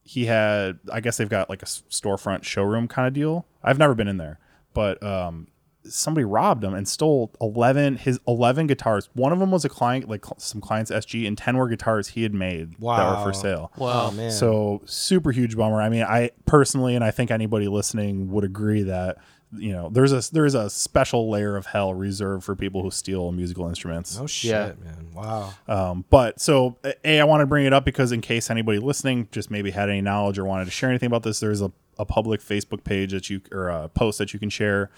A: he had I guess they've got like a s- storefront showroom kind of deal. I've never been in there, but um, somebody robbed him and stole 11 his 11 guitars. One of them was a client like cl- some client's SG and 10 were guitars he had made that were
B: Wow.
A: for sale.
C: wow.
B: Oh man.
A: So super huge bummer. I mean, I personally, and I think anybody listening would agree that you know there's a there's a special layer of hell reserved for people who steal musical instruments.
B: no shit,
C: Yeah.
B: man. Wow.
A: Um, but so a I want to bring it up because in case anybody listening just maybe had any knowledge or wanted to share anything about this, there's a a public Facebook page that you or a post that you can share.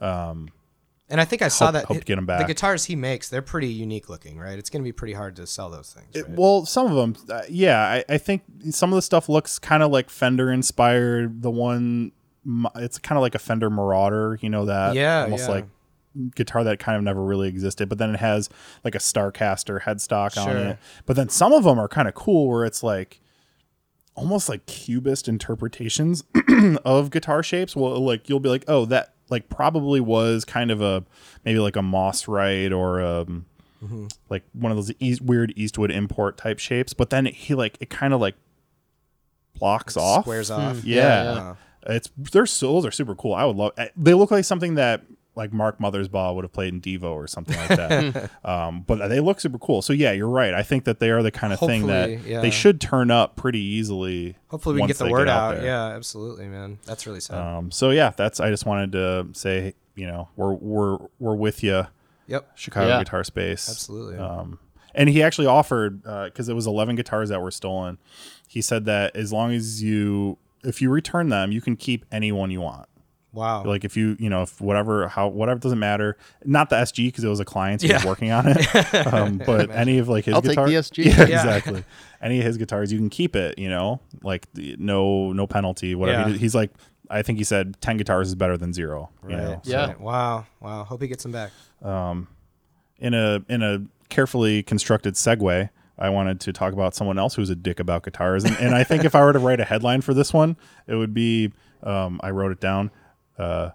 B: And I think I saw
A: Hope-
B: that
A: hope to get 'em back.
B: the guitars he makes, they're pretty unique looking, right? It's going to be pretty hard to sell those things.
A: It-
B: right?
A: Well, some of them, uh, yeah. I, I think some of the stuff looks kind of like Fender inspired. The one, m- it's kind of like a Fender Marauder, you know that,
B: Yeah,
A: almost
B: yeah.
A: like guitar that kind of never really existed. But then it has like a Starcaster headstock on
B: Sure.
A: it. But then some of them are kind of cool, where it's like almost like cubist interpretations of guitar shapes. Well, like you'll be like, oh, that like probably was kind of a maybe like a moss right or um like one of those eas weird Eastwood import type shapes. But then he like it kind of like blocks off, Hmm.
B: Squares off.
A: Yeah.
C: Yeah,
B: Uh,
A: It's their solos are super cool. I would love. eh, They look like something that like Mark Mothersbaugh would have played in Devo or something like that. um, but they look super cool. So yeah, you're right. I think that they are the kind of thing that
B: Hopefully, yeah.
A: they should turn up pretty easily.
B: Hopefully, we can
A: once
B: get the
A: they
B: word out.
A: there.
B: yeah, absolutely, man. That's really sad.
A: Um, so yeah, that's. I just wanted to say, you know, we're we're we're with you,
B: yep.
A: Chicago
C: Yeah.
A: guitar space.
B: Absolutely.
A: Um, and he actually offered because it was 11 guitars that were stolen. He said that as long as you, if you return them, you can keep anyone you want.
B: wow.
A: Like if you, you know, if whatever, how, whatever doesn't matter. Not the SG because it was a client so he was
B: Yeah.
A: working on it. Um, but any of like his
C: I'll take
A: guitar,
C: the SG.
A: yeah,
B: Yeah.
A: exactly. Any of his guitars, you can keep it. You know, like the- no, no penalty. Whatever.
B: Yeah.
A: He did- He's like, I think he said 10 guitars is better than zero. you know?
B: Right.
C: Yeah.
B: Right. Wow. Wow. Hope he gets him back.
A: in a in a carefully constructed segue, I wanted to talk about someone else who's a dick about guitars, and, and I think if I were to write a headline for this one, it would be um, I wrote it down. Uh,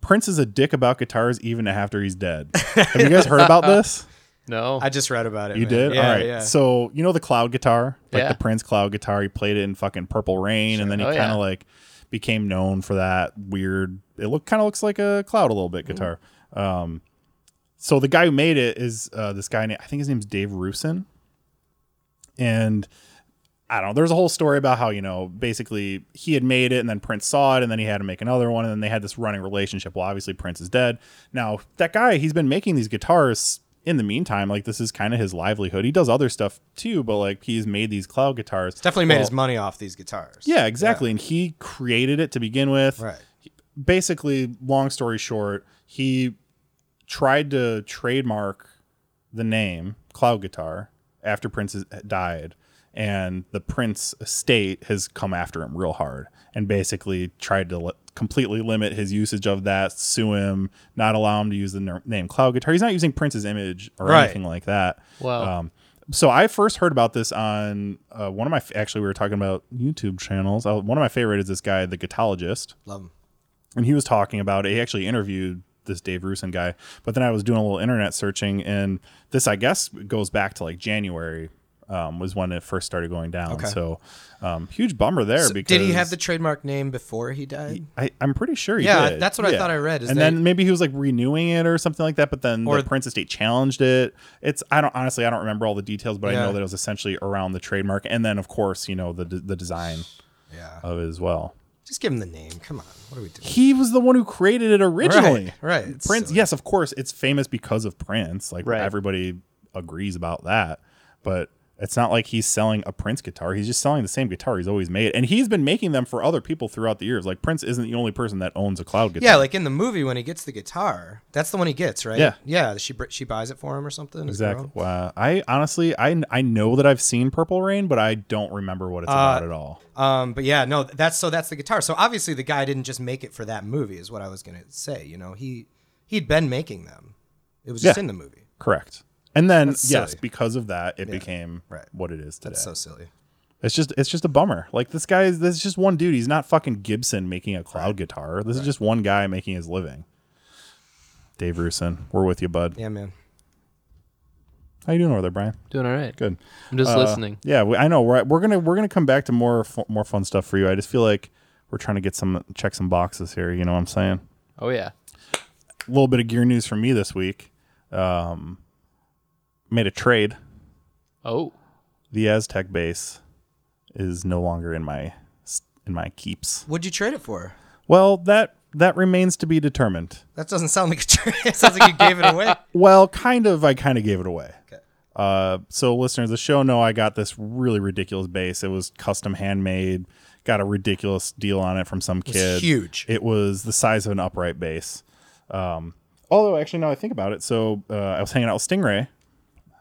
A: Prince is a dick about guitars even after he's dead. Have you guys heard about this?
C: No.
B: I just read about it.
A: You
B: man.
A: did?
B: Yeah,
A: All right.
B: Yeah.
A: So, you know the cloud guitar? Like
C: Yeah.
A: the Prince cloud guitar. He played it in fucking Purple Rain and then he
C: Oh,
A: kind of
C: yeah.
A: like became known for that weird. It look kind of looks like a cloud a little bit guitar. Um so the guy who made it is uh, this guy named I think his name's Dave Rusin. And I don't know. There's a whole story about how, you know, basically he had made it and then Prince saw it and then he had to make another one and then they had this running relationship. Well, obviously Prince is dead. Now, that guy, he's been making these guitars in the meantime. Like, this is kind of his livelihood. He does other stuff too, but like he's made these cloud guitars.
B: Definitely made
A: Well,
B: his money off these guitars.
A: Yeah, exactly. And he created it to begin with
B: Right.
A: basically, long story short, he tried to trademark the name Cloud Guitar after Prince has- died, and the Prince estate has come after him real hard and basically tried to li- completely limit his usage of that, sue him, not allow him to use the ner- name Cloud Guitar. He's not using Prince's image or
B: Right.
A: anything like that.
C: Wow.
A: Um, so I first heard about this on uh, one of my f- actually we were talking about YouTube channels. Uh, one of my favorite is this guy, the Guitologist
B: Love him.
A: and he was talking about it. He actually interviewed this Dave Rusin guy, but then I was doing a little internet searching, and this I guess goes back to like January um, was when it first started going down.
B: Okay.
A: So um, huge bummer there
B: So
A: because
B: did he have the trademark name before he died?
A: I, I'm pretty sure he
B: Yeah,
A: did.
B: that's what I thought I read, is
A: and
B: that-
A: then maybe he was like renewing it or something like that. But then
B: Or-
A: the Prince Estate challenged it. It's I don't honestly I don't remember all the details, but I
B: Yeah.
A: know that it was essentially around the trademark, and then of course you know the d- the design
B: Yeah.
A: of it as well.
B: Just give him the name. Come on. What are we doing?
A: He was the one who created it originally.
B: Right. right. It's
A: Prince,
B: silly.
A: yes, of course, it's famous because of Prince. Like
C: Right.
A: everybody agrees about that. But it's not like he's selling a Prince guitar. He's just selling the same guitar he's always made, and he's been making them for other people throughout the years. Like Prince isn't the only person that owns a cloud guitar.
B: Yeah, like in the movie when he gets the guitar, that's the one he gets, right?
A: Yeah.
B: Yeah. She br- she buys it for him or something. his
A: exactly.
B: girl.
A: Wow. I honestly, I I know that I've seen Purple Rain, but I don't remember what
B: Uh,
A: it's about at all.
B: Um, but yeah, no, that's so that's the guitar. So obviously the guy didn't just make it for that movie, is what I was gonna say. You know, he he'd been making them. It was just
A: Yeah.
B: in the movie.
A: Correct. And then
B: That's
A: yes,
B: silly.
A: because of that, it became
B: right.
A: what it is today.
B: That's so silly.
A: It's just it's just a bummer. Like this guy is this is just one dude. He's not fucking Gibson making a cloud guitar. This is just one guy making his living. Dave Rusin, we're with you, bud.
B: Yeah, man.
A: How you doing over there, Brian?
C: Doing all right.
A: Good.
C: I'm just
A: Uh,
C: listening.
A: Yeah, we, I know. We're we're gonna we're gonna come back to more fu- more fun stuff for you. I just feel like we're trying to get some check some boxes here. You know what I'm saying?
C: Oh yeah.
A: A little bit of gear news from me this week. Um, made a trade.
C: Oh.
A: The Aztec bass is no longer in my in my keeps.
B: What'd you trade it for?
A: Well, that that remains to be determined.
B: That doesn't sound like a trade. it sounds like you gave it away.
A: Well, kind of. I kind of gave it away.
B: Okay.
A: Uh, so listeners, of the show know I got this really ridiculous bass. It was custom handmade. Got a ridiculous deal on it from some kid.
B: huge.
A: It was the size of an upright bass. Um, although actually, now I think about it, so uh, I was hanging out with Stingray.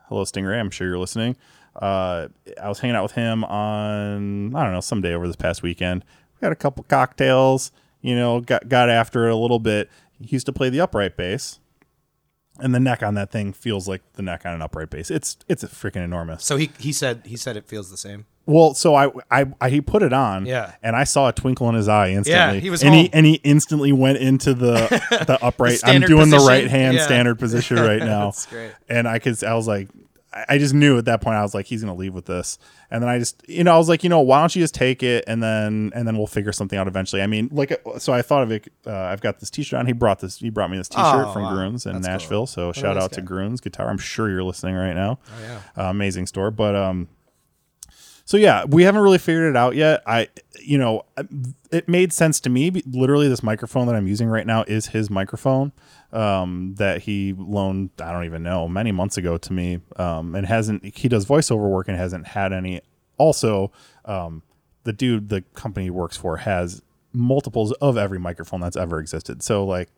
A: Hello, Stingray. I'm sure you're listening. Uh, I was hanging out with him on I don't know someday over this past weekend. We had a couple cocktails. You know, got got after it a little bit. He used to play the upright bass and the neck on that thing feels like the neck on an upright bass. It's it's freaking enormous.
B: So he he said he said it feels the same.
A: Well, so I, I I he put it on,
B: Yeah.
A: and I saw a twinkle in his eye instantly.
B: he was
A: and
B: home.
A: he and he instantly went into the the upright. I'm
B: standard
A: doing the
B: position.
A: right hand
B: Yeah.
A: standard position right now.
B: That's great.
A: And I could I was like I- I just knew at that point I was like, he's gonna leave with this, and then I just, you know, I was like, you know, why don't you just take it, and then and then we'll figure something out eventually. I mean, like, so I thought of it. Uh, I've got this T-shirt on. He brought this. He brought me this T-shirt
B: Oh,
A: from
B: wow.
A: Groons in
B: That's cool.
A: Nashville. So
B: a
A: shout
B: nice
A: out to
B: guy.
A: Groons Guitar. I'm sure you're listening right now.
B: Oh yeah.
A: Uh, amazing store, but um, so yeah, we haven't really figured it out yet. I, you know, it made sense to me. Literally, this microphone that I'm using right now is his microphone um, that he loaned. I don't even know many months ago to me, um, and hasn't. He does voiceover work and hasn't had any. Also, um, the dude the company he works for has multiples of every microphone that's ever existed. So like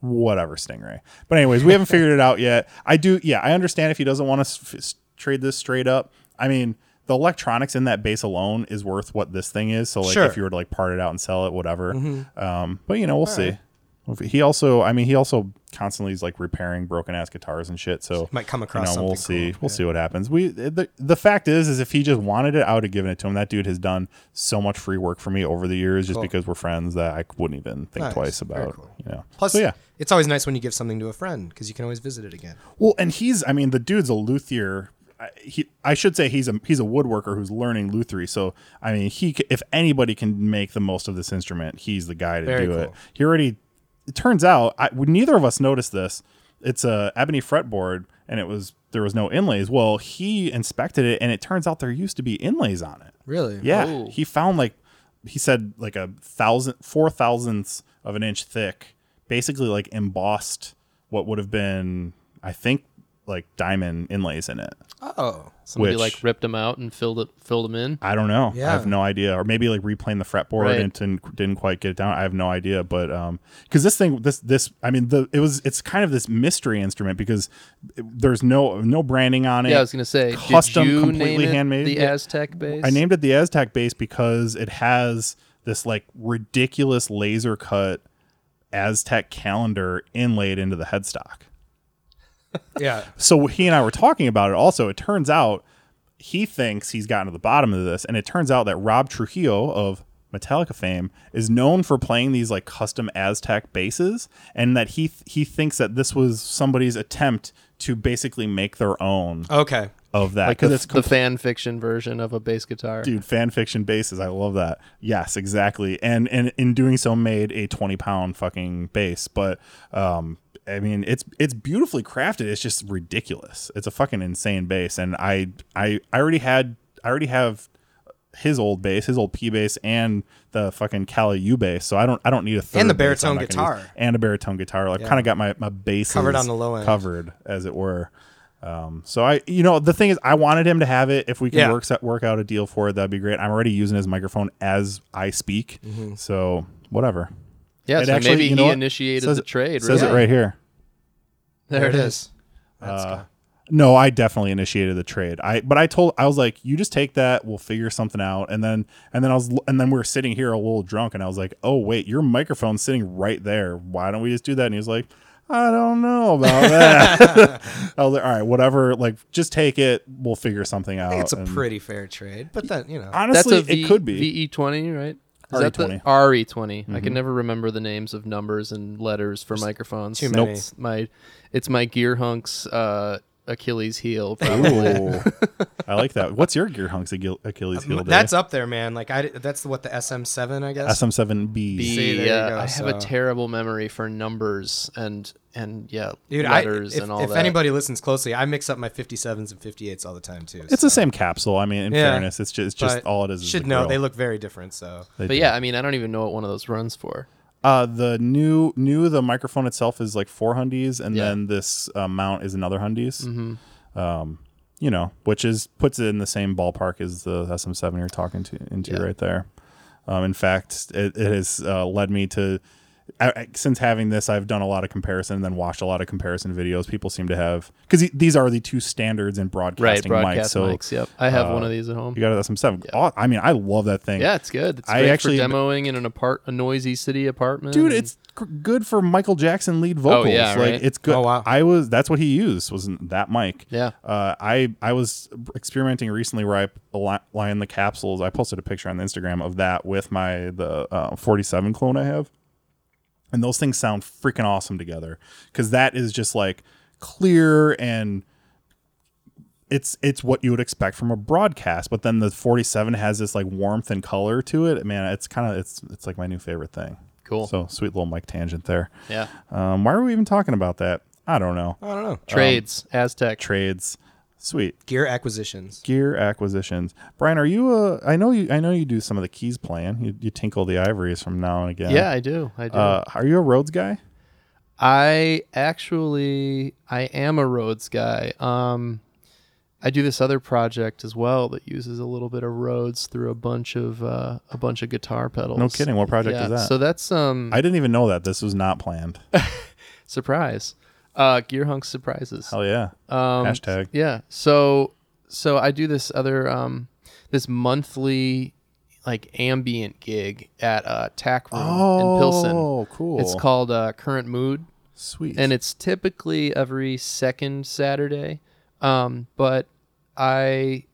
A: whatever stingray but anyways we haven't figured it out yet i do yeah i understand if he doesn't want to f- trade this straight up i mean the electronics in that base alone is worth what this thing is so like
B: Sure. Mm-hmm.
A: if you were to like part it out and sell it whatever um but you know we'll see he also i mean he also constantly is like repairing broken ass guitars and shit so
B: Might come
A: you
B: across
A: know,
B: something.
A: we'll see.
B: cool.
A: We'll see what happens. We the, the fact is, is if he just wanted it, I would have given it to him. That dude has done so much free work for me over the years, just
B: Cool.
A: because we're friends that I wouldn't even think
B: Nice.
A: twice
B: Very
A: about.
B: cool.
A: You know.
B: Plus,
A: so, Oh, yeah.
B: it's always nice when you give something to a friend because you can always visit it again.
A: Well, and he's, I mean, the dude's a luthier. I- He, I should say he's a he's a woodworker who's learning luthery. So I mean, he c- if anybody can make the most of this instrument, he's the guy to
B: Very
A: do it.
B: cool.
A: He already. It turns out I, we- neither of us noticed this. It's a ebony fretboard, and it was there was no inlays. Well, he inspected it, and it turns out there used to be inlays on it.
B: Really?
A: Yeah,
C: Oh.
A: he found like he said like a thousand four thousandths of an inch thick, basically like embossed what would have been I think like diamond inlays in it.
B: Oh.
C: Somebody
A: Which-
C: like ripped them out and filled it, filled them in.
A: I don't know. I
B: Yeah.
A: have no idea. Or maybe like replaying the fretboard
C: Right.
A: and didn't, didn't quite get it down. I have no idea. But um, because this thing, this this, I mean, the it was it's kind of this mystery instrument because it- there's no no branding on it.
C: Yeah, I was gonna say,
A: Custom,
C: did you
A: completely
C: name it
A: handmade?
C: The
A: Yeah.
C: Aztec base.
A: I named it the Aztec base because it has this like ridiculous laser cut Aztec calendar inlaid into the headstock.
B: Yeah.
A: So he and I were talking about it. Also, it turns out he thinks he's gotten to the bottom of this, and it turns out that Rob Trujillo of Metallica fame is known for playing these like custom Aztec basses, and that he he thinks that this was somebody's attempt to basically make their own
B: Okay.
A: of that
C: like the,
A: it's
C: the fan fiction version of a bass guitar.
A: dude fan fiction bases i love that yes exactly and and in doing so made a 20 pound fucking base but um i mean it's it's beautifully crafted it's just ridiculous it's a fucking insane base and i i i already had i already have his old bass his old p bass and the fucking cali u bass so i don't i don't need a third
B: And the
A: bass I'm
B: baritone
A: not gonna use.
B: guitar.
A: and a baritone guitar like kind of got my my bass
B: Covered on the low end.
A: covered as it were um, so I, you know, the thing is, I wanted him to have it. If we can
B: Yeah.
A: work set, work out a deal for it, that'd be great. I'm already using his microphone as I speak,
B: Mm-hmm.
A: so whatever.
C: Yeah,
A: It
C: so
A: actually-
C: maybe
A: you
C: he
A: know what?
C: initiated
A: Says
C: the
A: it-
C: trade.
A: Says
C: really.
A: it right here.
C: There it is.
A: Uh, no, I definitely initiated the trade. I, but I told, I was like, you just take that, we'll figure something out, and then, and then I was, and then we were sitting here a little drunk, and I was like, oh wait, your microphone's sitting right there. Why don't we just do that? And he was like. I don't know about that. I was like, all right, whatever. Like, just take it. We'll figure something out.
B: I think it's a
A: and-
B: pretty fair trade, but then you know.
A: Honestly,
C: That's a V-
A: it could be. E
C: VE twenty, right? Is that
A: RE20.
C: the RE20? I
A: Mm-hmm.
C: can never remember the names of numbers and letters for microphones.
B: too many.
C: It's my, it's my gear hunks uh, Achilles heel. Probably.
A: Ooh. I like that. What's your gear hunks Achil- Achilles heel? Day?
B: Um, That's up there, man. Like I, that's what the SM7, I guess.
A: SM7B.
B: See, there you
C: yeah,
B: go,
C: I have
B: so-
C: a terrible memory for numbers and and yeah,
B: Dude, I,
C: letters
B: if,
C: and all
B: if
C: that.
B: anybody listens closely, I mix up my 57s and 58s all the time too.
A: It's the same capsule. I mean, in
B: Yeah.
A: fairness, it's just, it's just
B: But
A: all it is. is
B: Should
A: a
B: know
A: grill.
B: they look very different. So
A: They
C: but
A: do.
C: yeah, I mean, I don't even know what one of those runs for.
A: uh, the new new the microphone itself is like four hundies, and
C: Yeah. Mm-hmm.
A: then this uh, mount is another hundies. Um, you know, which is puts it in the same ballpark as the SM7 you're talking to into
C: Yeah.
A: right there. Um, in fact, it, it has uh, led me to. I, I- since having this, I've done a lot of comparison and then watched a lot of comparison videos. People seem to have because these are the two standards in broadcasting, mics.
C: broadcast
A: So
C: mics. Yep, I have
A: uh,
C: one of these at home.
A: you got an SM7. Aw- I mean, I love that thing.
C: Yeah, it's good. It's
A: I
C: great
A: actually-
C: for demoing in an apart, a noisy city apartment.
A: dude
C: and-
A: it's g- good for michael jackson lead vocals
C: yeah,
A: like
C: right?
A: it's good
B: Oh, wow.
A: i was that's what he used was that mic
C: Yeah.
A: uh, i i was experimenting recently where i ali- line the capsules i posted a picture on the instagram of that with my the uh, 47 clone i have and those things sound freaking awesome together because that is just like clear and it's it's what you would expect from a broadcast, but then the 47 has this like warmth and color to it. Man, it's kind of it's it's like my new favorite thing.
C: Cool.
A: So sweet little mic tangent there.
C: yeah.
A: Um, why are we even talking about that? I don't know.
B: I don't know.
C: Trades, Aztec.
A: Trades, sweet
B: Gear acquisitions.
A: gear acquisitions. Brian, are you a? I know you. I know you do some of the keys playing. You, you tinkle the ivories from now and again.
C: yeah, I do. I do.
A: Uh, are you a Rhodes guy?
C: I actually I am a Rhodes guy. Um I do this other project as well that uses a little bit of Rhodes through a bunch of uh, a bunch of guitar pedals.
A: No kidding. What project
C: yeah.
A: is that?
C: So that's um
A: I didn't even know that. This was not planned.
C: surprise. Uh Gear Hunk surprises.
A: Hell yeah.
C: Um,
A: Hashtag.
C: Yeah. So so I do this other um this monthly like ambient gig at uh Tack Room in Pilsen.
A: Oh, cool.
C: It's called uh, Current Mood.
A: sweet.
C: and it's typically every second Saturday. Um, but I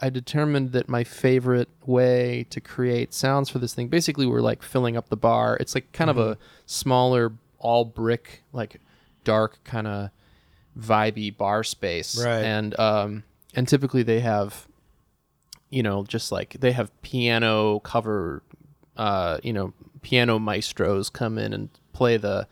C: I determined that my favorite way to create sounds for this thing basically we're like filling up the bar. It's like kind of a smaller all brick like dark kind of vibey bar space.
B: Right.
C: And um and typically they have you know just like they have piano cover uh you know piano maestros come in and play the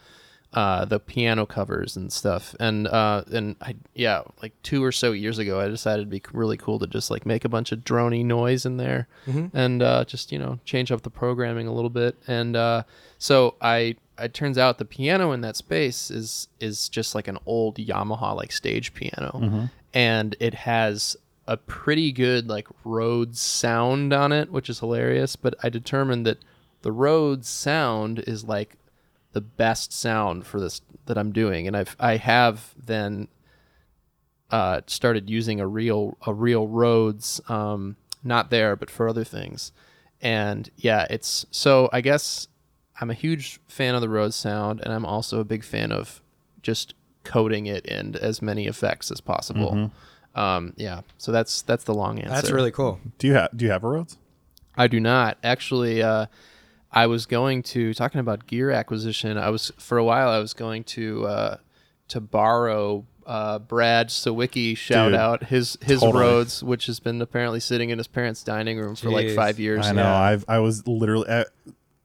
C: uh, the piano covers and stuff. And uh, and I yeah, like two or so years ago, I decided it'd be really cool to just like make a bunch of drony noise in there and uh, just you know change up the programming a little bit. And uh, so I. It turns out the piano in that space is is just like an old Yamaha like stage piano, and it has a pretty good like Rhodes sound on it, which is hilarious. But I determined that the Rhodes sound is like the best sound for this that I'm doing, and I've I have then uh, started using a real a real Rhodes, um, not there but for other things, and yeah, it's so I guess I'm a huge fan of the Rhodes sound, and I'm also a big fan of just coding it in as many effects as possible. Um, yeah, so that's that's the long answer.
B: That's really cool.
A: do you have Do you have a Rhodes?
C: I do not actually. Uh, I was going to talking about gear acquisition. I was for a while. I was going to uh, to borrow uh, Brad Sawicki. Shout
A: Dude,
C: out his his
A: totally.
C: Rhodes, which has been apparently sitting in his parents' dining room for like
B: Jeez.
C: five years.
A: I know. I've. I was literally. I,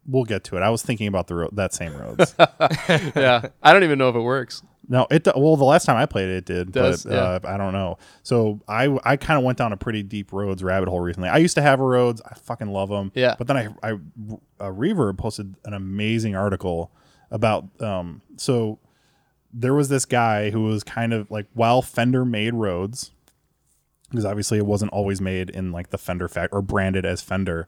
A: we'll get to it. I was thinking about the road that same Rhodes.
C: yeah, I don't even know if it works.
A: No, it do- well the last time I played it, it did.
C: Does,
A: but uh, I don't know. So I I kind of went down a pretty deep roads rabbit hole recently. I used to have a roads. I fucking love them.
C: Yeah.
A: But then I I uh, Reverb posted an amazing article about um so there was this guy who was kind of like while Fender made roads because obviously it wasn't always made in like the Fender fact or branded as Fender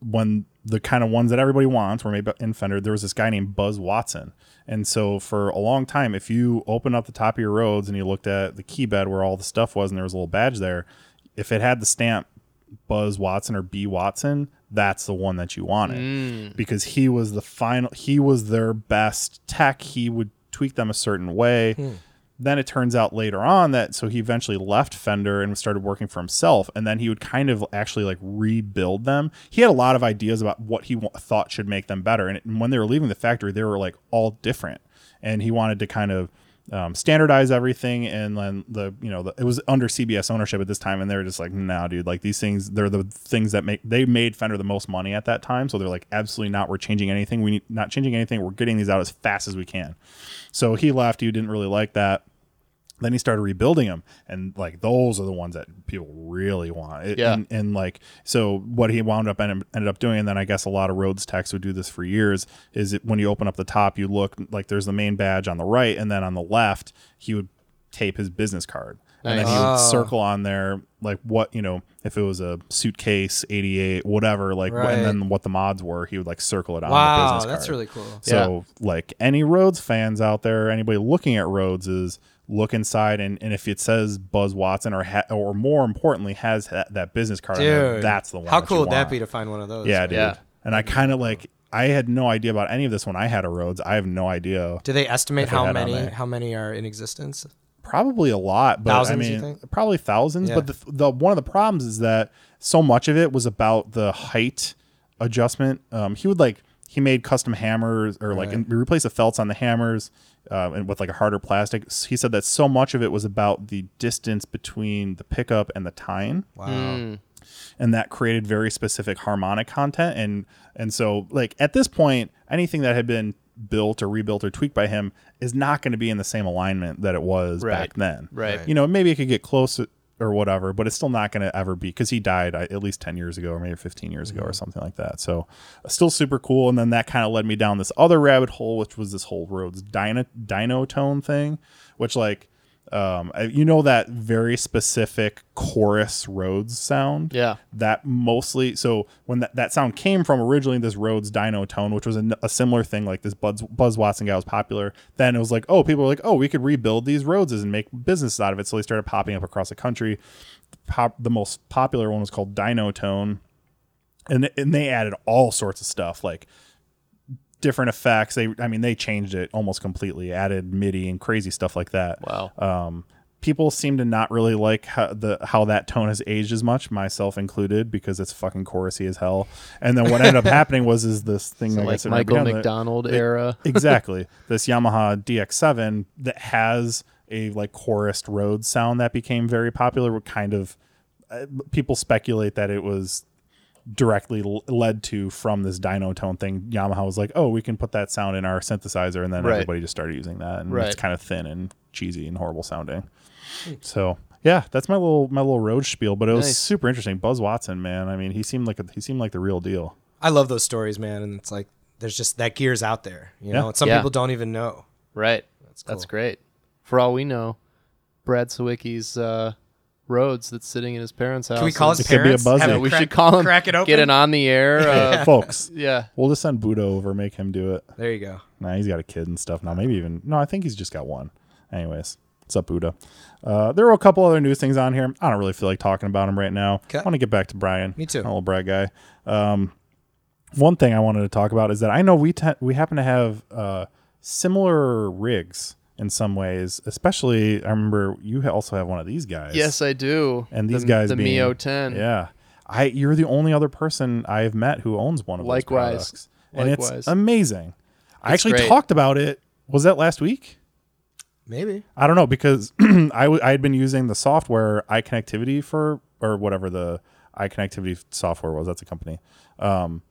A: when the kind of ones that everybody wants were made in Fender, there was this guy named Buzz Watson. And so for a long time, if you opened up the top of your roads and you looked at the key bed where all the stuff was and there was a little badge there, if it had the stamp Buzz Watson or B Watson, that's the one that you wanted because he was the final, he was their best tech. He would tweak them a certain way. Then it turns out later on that so he eventually left Fender and started working for himself, and then he would kind of actually like rebuild them. He had a lot of ideas about what he wa- thought should make them better, and, it- and when they were leaving the factory, they were like all different, and he wanted to kind of um, standardize everything. And then the you know the, it was under CBS ownership at this time, and they were just like, nah, dude, like these things, they're the things that make they made Fender the most money at that time, so they're like, absolutely not, we're changing anything, we need not changing anything, we're getting these out as fast as we can. So he left. He didn't really like that. Then he started rebuilding them, and like those are the ones that people really want. It-
C: Yeah.
A: And, and like so, what he wound up and ended up doing, and then I guess a lot of Rhodes techs would do this for years. Is it when you open up the top, you look like there's the main badge on the right, and then on the left, he would tape his business card. And then he would
B: Nice. Oh.
A: circle on there, like what you know, if it was a suitcase, eighty-eight, whatever, like,
B: Right.
A: and then what the mods were, he would like circle it on the
B: Wow,
A: business
B: that's
A: card.
B: really cool.
A: So, like any Rhodes fans out there, anybody looking at Rhodes is look inside, and, and if it says Buzz Watson or ha- or more importantly has ha- that business card, on there,
B: Dude,
A: that's the one.
B: How
A: that
B: cool
A: you
B: would that
A: want.
B: be to find one of those?
A: Yeah, dude.
C: Yeah.
A: And I kind of like I had no idea about any of this when I had a Rhodes. I have no idea.
B: Do they estimate
A: If they
B: how
A: had on
B: many
A: there.
B: how many are in existence?
A: Probably a lot, but I
B: Thousands, you
A: mean,
B: think?
A: probably thousands.
B: Yeah.
A: But the, the one of the problems is that so much of it was about the height adjustment. Um, he would like he made custom hammers or like
B: Right.
A: and we replaced the felts on the hammers uh, and with like a harder plastic. S- He said that so much of it was about the distance between the pickup and the tine,
B: Wow.
C: Hmm.
A: and that created very specific harmonic content. And and so like at this point, anything that had been built or rebuilt or tweaked by him is not going to be in the same alignment that it was
C: Right.
A: back then.
C: Right.
A: You know, maybe it could get close or whatever, but it's still not going to ever be because he died uh, at least 10 years ago or maybe 15 years ago or
C: Mm-hmm.
A: something like that. So uh, still super cool. And then that kind of led me down this other rabbit hole, which was this whole Rhodes dyna, dino tone thing, which like, um, uh, you know, that very specific chorus Rhodes sound
C: Yeah.
A: that mostly so when that, that sound came from originally this Rhodes Dino tone, which was a, a similar thing like this Buzz, Buzz Watson guy was popular. Then it was like, oh, people were like, oh, we could rebuild these Rhodeses and make business out of it. So they started popping up across the country. Pop, the most popular one was called Dino Tone, and and they added all sorts of stuff like different effects. They, I mean, they changed it almost completely, added MIDI and crazy stuff like that
C: Wow.
A: um, people seem to not really like how the how that tone has aged as much, myself included, because it's fucking chorusy as hell. And then what ended up happening was is this thing like I
C: like
A: said right
C: Michael
A: began that-
C: McDonald era.
A: exactly this Yamaha DX7 that has a like chorused road sound that became very popular. Would kind of uh, people speculate that it was directly l- led to from this dyno tone thing yamaha was like oh we can put that sound in our synthesizer and then
C: Right.
A: everybody just started using that and
C: Right. Hmm.
A: it's kind of thin and cheesy and horrible sounding so yeah that's my little my little road spiel but it was
C: Nice.
A: super interesting buzz watson man i mean he seemed like a, he seemed like the real deal
B: I love those stories, man. And it's like there's just that gear's out there. You know,
A: Yeah.
B: and some
C: Yeah.
B: people don't even know.
C: Right.
B: That's
C: That's,
B: cool.
C: great. For all we know, Brad Sawicki's uh, Rhodes that's sitting in his parents' house.
B: Can we call
C: is-
B: his
A: It could be a
B: parents?
A: buzz-
B: Have
C: Yeah,
A: it?
C: we
B: crack-
C: should call him.
B: Crack it open.
C: Get it on the air. Uh,
A: folks
C: yeah.
A: we'll just send budo over make him do it
B: There you go.
A: Nah, he's got a kid and stuff now. Maybe even no, I think he's just got one. Anyways, what's up, Buddha? Uh, there were a couple other news things on here. I don't really feel like talking about them right now.
B: Okay.
A: I want to get back to Brian.
B: Me too.
A: a little Brad guy. Um, one thing I wanted to talk about is that I know we te- we happen to have uh, similar rigs in some ways. Especially, I remember you ha- also have one of these guys.
C: Yes, I do.
A: and these
C: the,
A: guys,
C: the
A: being,
C: Mio 10.
A: Yeah, I you're the only other person I have met who owns one of
C: Likewise.
A: those products, and it's
C: Likewise.
A: amazing. I
C: It's
A: actually
C: great.
A: talked about it. Was that last week?
B: Maybe.
A: I don't know because I w- I had been using the software iConnectivity for or whatever the iConnectivity software was. That's a company, um,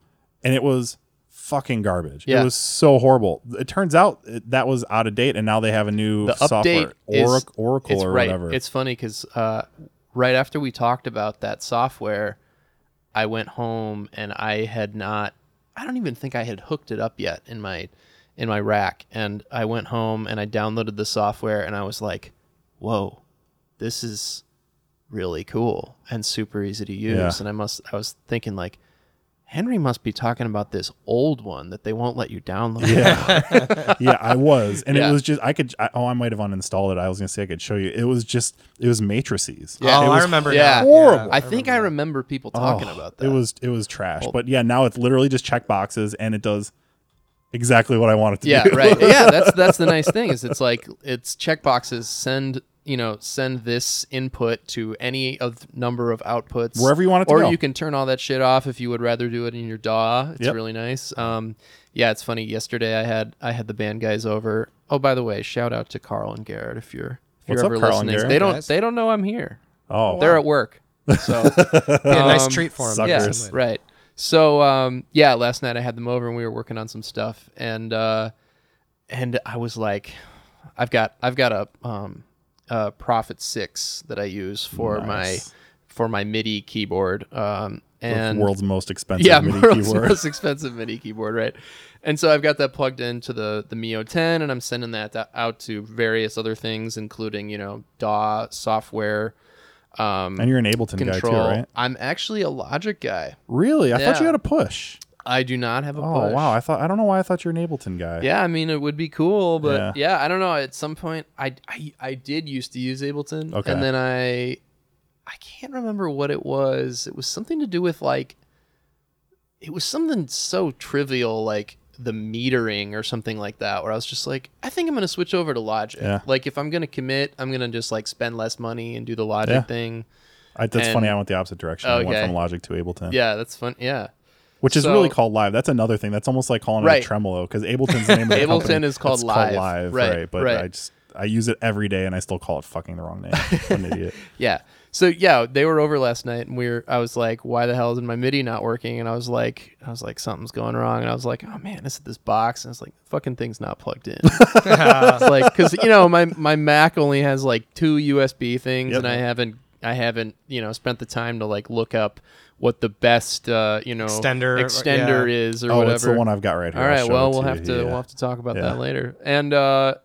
A: and it was fucking garbage.
C: Yeah.
A: It was so horrible. It turns out it, that was out of date, and now they have a new
C: The
A: software
C: update
A: Orac-
C: is
A: Oracle
C: it's
A: or
C: right.
A: whatever.
C: It's funny because uh, right after we talked about that software, I went home and I had not. I don't even think I had hooked it up yet in my in my rack. And I went home and I downloaded the software and I was like, "Whoa, this is really cool and super easy to use."
A: Yeah.
C: And I must. I was thinking like. Henry must be talking about this old one that they won't let you download.
A: yeah, I was, and
C: Yeah.
A: it was just I could. I, oh, I might have uninstalled it. I was gonna say I could show you. It was just it was matrices.
C: Yeah.
B: oh,
A: it
B: I
A: was
B: remember.
C: yeah.
B: now.
A: horrible.
C: I think I remember people talking about that.
A: Oh, It was it was trash. but yeah, now it's literally just check boxes, and it does exactly what I want it to
C: Yeah,
A: do.
C: right. Yeah, that's that's the nice thing is it's like it's checkboxes send you know send this input to any of the number of outputs
A: Wherever you want it to
C: or
A: go.
C: you can turn all that shit off if you would rather do it in your DAW. It's
A: Yep.
C: really nice. Um, yeah, it's funny. Yesterday I had I had the band guys over. Oh, by the way, shout out to Carl and Garrett if you're if
A: What's
C: you're
A: up,
C: ever
A: Carl and
C: listening.
A: Garrett?
C: They don't
B: Guys.
C: they don't know I'm here.
A: Oh,
C: They're at work. So
B: Be a nice
C: Um,
B: treat for him.
A: Yeah.
C: yeah,
A: Suckers.
C: right. So um, yeah, last night I had them over and we were working on some stuff, and uh, and I was like, I've got I've got a um, a Prophet Six that I use for
A: Nice.
C: my for my MIDI keyboard, um, and
A: world's most expensive
C: yeah,
A: MIDI
C: world's
A: keyboard.
C: most expensive MIDI keyboard, right? And so I've got that plugged into the the Mio 10, and I'm sending that th- out to various other things, including you know DAW software. Um,
A: and you're an Ableton
C: control.
A: guy too, right?
C: I'm actually a Logic guy.
A: Really? I thought
C: Yeah.
A: you had a push.
C: I do not have a
A: Oh
C: push.
A: wow! I thought I don't know why I thought you're an Ableton guy.
C: Yeah, I mean it would be cool, but yeah, I don't know. At some point, I, I I did used to use Ableton,
A: Okay.
C: and then I I can't remember what it was. It was something to do with like it was something so trivial like the metering or something like that where i was just like i think i'm going to switch over to logic
A: Yeah.
C: like if i'm going to commit i'm going to just like spend less money and do the logic
A: Yeah.
C: thing
A: I, that's
C: And-
A: funny. I went the opposite direction. I went
C: Okay.
A: from Logic to Ableton.
C: yeah that's fun yeah
A: Which is
C: So-
A: really called live. That's another thing. That's almost like calling
C: Right.
A: it a tremolo because Ableton's the name of the
C: Ableton
A: company.
C: is called
A: It's
C: Live. Right,
A: But
C: right.
A: I just I use it every day and I still call it fucking the wrong name. I'm an idiot.
C: Yeah. So yeah, they were over last night, and we were. I was like, "Why the hell is my MIDI not working?" And I was like, "I was like, something's going wrong." And I was like, "Oh man, this is this box." And it's like, "Fucking thing's not plugged in." it's like because you know my my Mac only has like two USB things,
A: Yep.
C: and I haven't I haven't you know spent the time to like look up what the best uh, you know
B: Extender,
C: extender
B: yeah.
C: is or
A: Oh,
C: whatever.
A: it's the one I've got right here.
C: All
A: I'll
C: right.
A: show
C: Well,
A: it
C: we'll
A: you.
C: have to
A: Yeah.
C: we'll have to talk about
A: Yeah.
C: that later, and uh,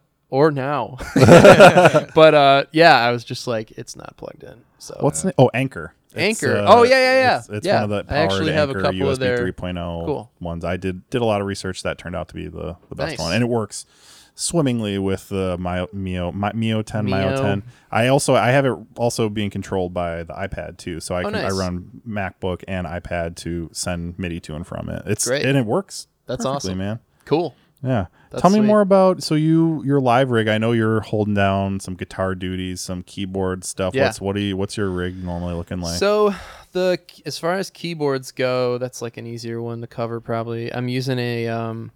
C: or now. but uh, yeah, I was just like, it's not plugged in. So
A: What's the, oh Anchor. It's, uh,
C: Anchor. Oh, yeah, yeah, yeah.
A: It's, it's
C: Yeah.
A: one of the
C: I actually
A: powered
C: have a
A: Anchor
C: couple
A: USB
C: of their-
A: 3.0
C: Cool.
A: ones. I did did a lot of research that turned out to be the, the best
C: Nice.
A: one, and it works swimmingly with the Mio Mio, Mi- Mio 10 Mio.
C: Mio.
A: 10. I also I have it also being controlled by the iPad too, so I can
C: Oh, nice.
A: I run MacBook and iPad to send MIDI to and from it. It's
C: Great.
A: and it works.
C: That's
A: perfectly,
C: awesome.
A: man.
C: cool.
A: Yeah. Tell me
C: sweet.
A: more about so you your live rig. I know you're holding down some guitar duties, some keyboard stuff.
C: Yeah.
A: What's what do you what's your rig normally looking like?
C: So the as far as keyboards go, that's like an easier one to cover. Probably. I'm using a um,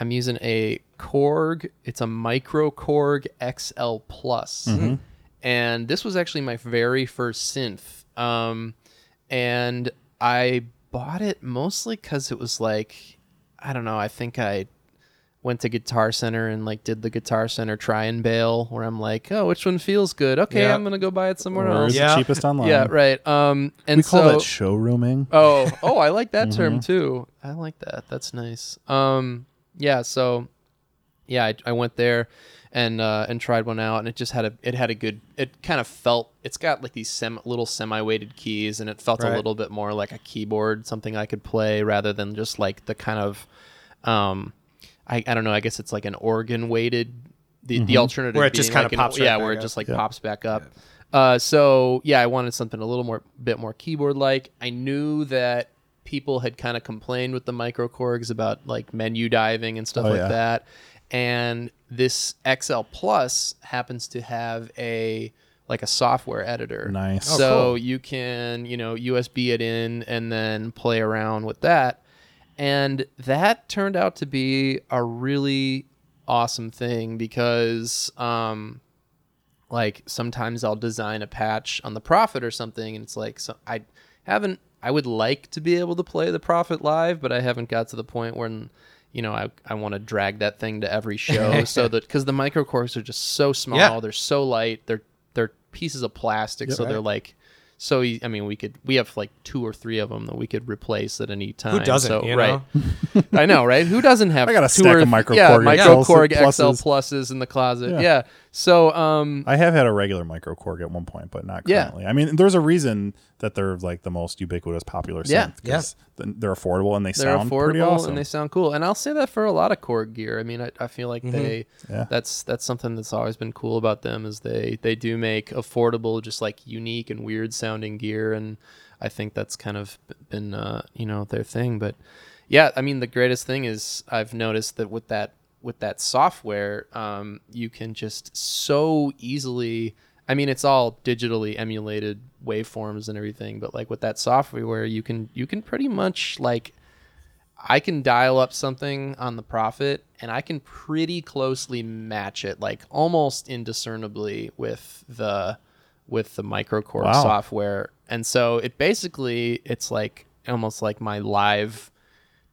C: I'm using a Korg. It's a Micro Korg XL Plus. and this was actually my very first synth. Um, and I bought it mostly because it was like, I don't know. I think I went to Guitar Center and like did the Guitar Center try and bail, where I'm like, oh, which one feels good? Okay,
B: Yeah.
C: I'm gonna go buy it somewhere
A: Where's
C: else.
B: Yeah.
A: the cheapest online?
C: Yeah, right. Um, and
A: We call
C: so,
A: that showrooming.
C: Oh, oh, I like that
B: Mm-hmm.
C: term too. I like that. That's nice. Um, yeah. So, yeah, I, I went there and uh, and tried one out, and it just had a it had a good. It kind of felt. It's got like these sem- little semi weighted keys, and it felt a
B: Right.
C: little bit more like a keyboard, something I could play rather than just like the kind of, um, I I don't know. I guess it's like an organ weighted. The, the alternative
B: Mm-hmm. Where it just
C: being
B: kinda
C: like an-
B: pops right
C: yeah
B: back
C: where it
B: up.
C: just like pops back up uh, so yeah, I wanted something a little more bit more keyboard like. I knew that people had kind of complained with the micro corgs about like menu diving and stuff
A: Oh,
C: like
A: yeah.
C: that. And this XL Plus happens to have a like a software editor.
A: Nice. Oh,
C: So you can, you know, USB it in and then play around with that. And that turned out to be a really awesome thing because um like sometimes I'll design a patch on the Prophet or something, and it's like so I haven't. I would like to be able to play the Prophet live, but I haven't got to the point when you know I, I want to drag that thing to every show so that because the micro corks are just so small,
B: Yeah.
C: they're so light, they're they're pieces of plastic, so they're like so. e- I mean, we could we have like two or three of them that we could replace at any time.
B: doesn't,
C: So,
B: you
C: right. I know, right? Who doesn't have?
A: I got a
C: two
A: stack
C: or
A: of Micro
C: yeah,
A: Korg
C: Micro
A: XL
C: Korg
A: pluses.
C: XL pluses in the closet.
A: Yeah.
C: yeah. So um,
A: I have had a regular micro Korg at one point, but not
C: Yeah.
A: currently. I mean, there's a reason that they're like the most ubiquitous popular
C: Yeah.
A: synth because th- they're affordable and they
C: they're
A: sound pretty
C: affordable
A: awesome.
C: and they sound cool. And I'll say that for a lot of Korg gear. I mean, I, I feel like they
A: Mm-hmm. Yeah.
C: that's that's something that's always been cool about them is they they do make affordable, just like unique and weird sounding gear. And I think that's kind of been uh, you know their thing. But yeah, I mean, the greatest thing is I've noticed that with that with that software, um, you can just so easily. I mean, it's all digitally emulated waveforms and everything, but like with that software, you can you can pretty much like I can dial up something on the profit and I can pretty closely match it, like almost indiscernibly with the with the microcore
A: Wow.
C: software. And so it basically it's like almost like my live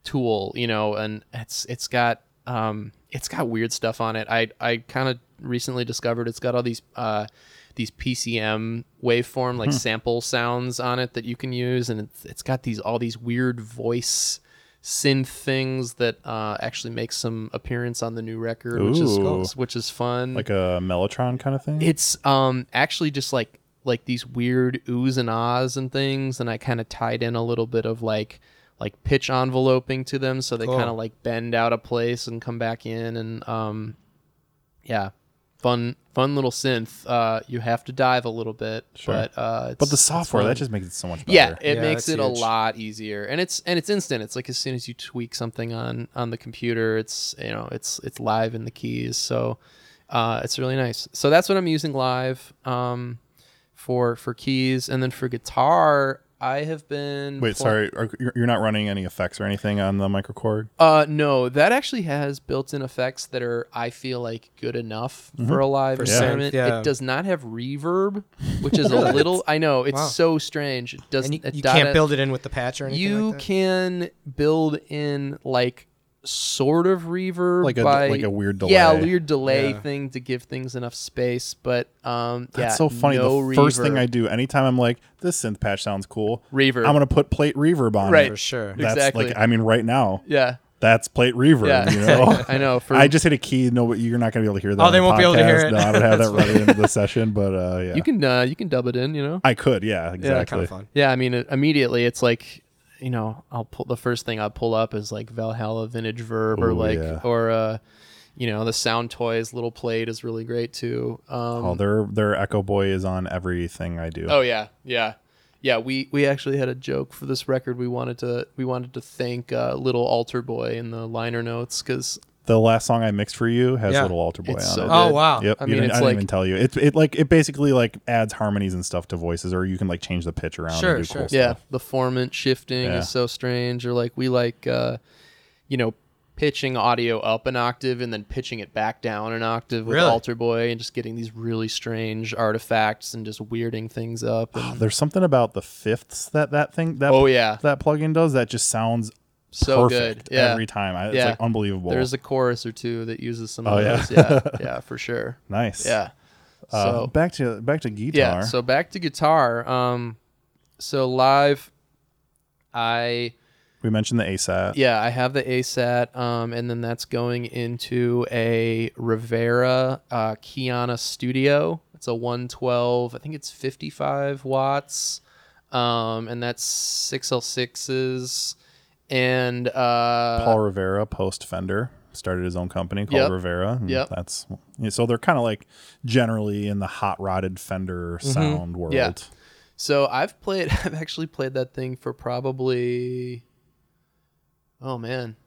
C: tool, you know, and it's it's got um it's got weird stuff on it. I I kind of recently discovered it's got all these uh these PCM waveform
A: Hmm.
C: like sample sounds on it that you can use, and it's it's got these all these weird voice synth things that uh actually make some appearance on the new record, which
A: Ooh.
C: is which is fun.
A: like a Mellotron kind of thing.
C: It's um actually just like like these weird oohs and ahs and things, and I kind of tied in a little bit of like like pitch enveloping to them, so they
B: Cool.
C: kind of like bend out of place and come back in, and um yeah, fun fun little synth. Uh, you have to dive a little bit,
A: Sure.
C: but uh, it's,
A: but the
C: it's
A: software
C: fun.
A: that just makes it so much better.
C: Yeah, it
B: Yeah,
C: makes
B: that's
C: it a
B: huge.
C: lot easier, and it's and it's instant. It's like as soon as you tweak something on on the computer, it's you know it's it's live in the keys, so uh, it's really nice. So that's what I'm using live um, for for keys, and then for guitar, I have been.
A: Wait,
C: pl-
A: sorry, are, you're- you're not running any effects or anything on the microcord.
C: Uh, no, that actually has built-in effects that are I feel like good enough
A: Mm-hmm.
C: for a live
A: synth,
C: environment.
B: yeah.
C: It does not have reverb, which is a little. I know it's
B: Wow.
C: so strange. It doesn't.
B: And you,
C: it
B: you
C: data-
B: can't build it in with the patch or anything.
C: You
B: like that?
C: can build in like sort of reverb,
A: Like a-
C: by-
A: like a weird
C: Yeah, a
A: delay.
C: weird delay
B: Yeah.
C: thing to give things enough space. But um,
A: That's
C: yeah,
A: so funny.
C: No
A: the first thing
C: reverb.
A: I do anytime I'm like, this synth patch sounds cool.
C: Reverb.
A: I'm gonna put plate reverb on
C: Right.
A: it.
B: for sure.
C: Yeah.
A: That's
C: Exactly.
A: like I mean, right now,
C: yeah,
A: that's plate reverb.
C: yeah.
A: You know.
C: I know. For
A: I just hit a key. No, but you're not gonna be able to hear that.
B: Oh,
A: on
B: they
A: the
B: won't be able to hear
A: podcast.
B: it.
A: No, I don't have that right into the session, but uh, yeah,
C: you can uh, you can dub it in. You know.
A: I could. Yeah, exactly.
B: Kind of fun.
C: Yeah, I mean, it- immediately it's like, you know, I'll pull the first thing I'll pull up is like Valhalla Vintage Verb or
A: Ooh,
C: like,
A: yeah.
C: or, uh, you know, the Sound Toys Little Plate is really great too. Um,
A: Oh, their their Echo Boy is on everything I do.
C: Oh yeah, yeah, yeah. We we actually had a joke for this record. We wanted to we wanted to thank uh, Little Altar Boy in the liner notes because
A: The last song I mixed for you has
B: Yeah.
A: little altar boy
C: It's
A: on
C: so
A: it.
C: good.
B: Oh wow.
A: Yep.
C: I
A: I
C: mean,
A: mean,
C: it's
A: I didn't
C: like-
A: even tell you. It it like it basically like adds harmonies and stuff to voices, or you can like change the pitch around.
B: Sure,
A: and do
B: sure.
A: Cool
C: yeah,
A: Stuff.
C: the formant shifting
A: Yeah.
C: is so strange. Or like we like, uh, you know. Pitching audio up an octave and then pitching it back down an octave with
B: Really?
C: Alter Boy and just getting these really strange artifacts and just weirding things up. and-
A: Uh, There's something about the fifths that that thing Oh, that
C: oh yeah,
A: that plugin does that just sounds
C: so
A: perfect
C: good. Yeah,
A: every time. I, it's
C: Yeah.
A: like unbelievable.
C: there's a chorus or two that uses some
A: Oh,
C: of
A: yeah.
C: those. Yeah, yeah, for sure.
A: nice.
C: Yeah.
A: Uh,
C: So
A: back to back to guitar.
C: yeah so back to guitar um so live i
A: we mentioned the ASAT.
C: yeah i have the asat um and then that's going into a rivera uh kiana studio it's a 112 i think it's 55 watts um and that's 606s and uh
A: Paul Rivera, post Fender, started his own company called
C: Yep.
A: Rivera. and
C: Yep.
A: That's yeah, so they're kind of like generally in the hot rodded Fender sound world.
C: Mm-hmm. Yeah. So I've played. I've actually played that thing for probably, oh man,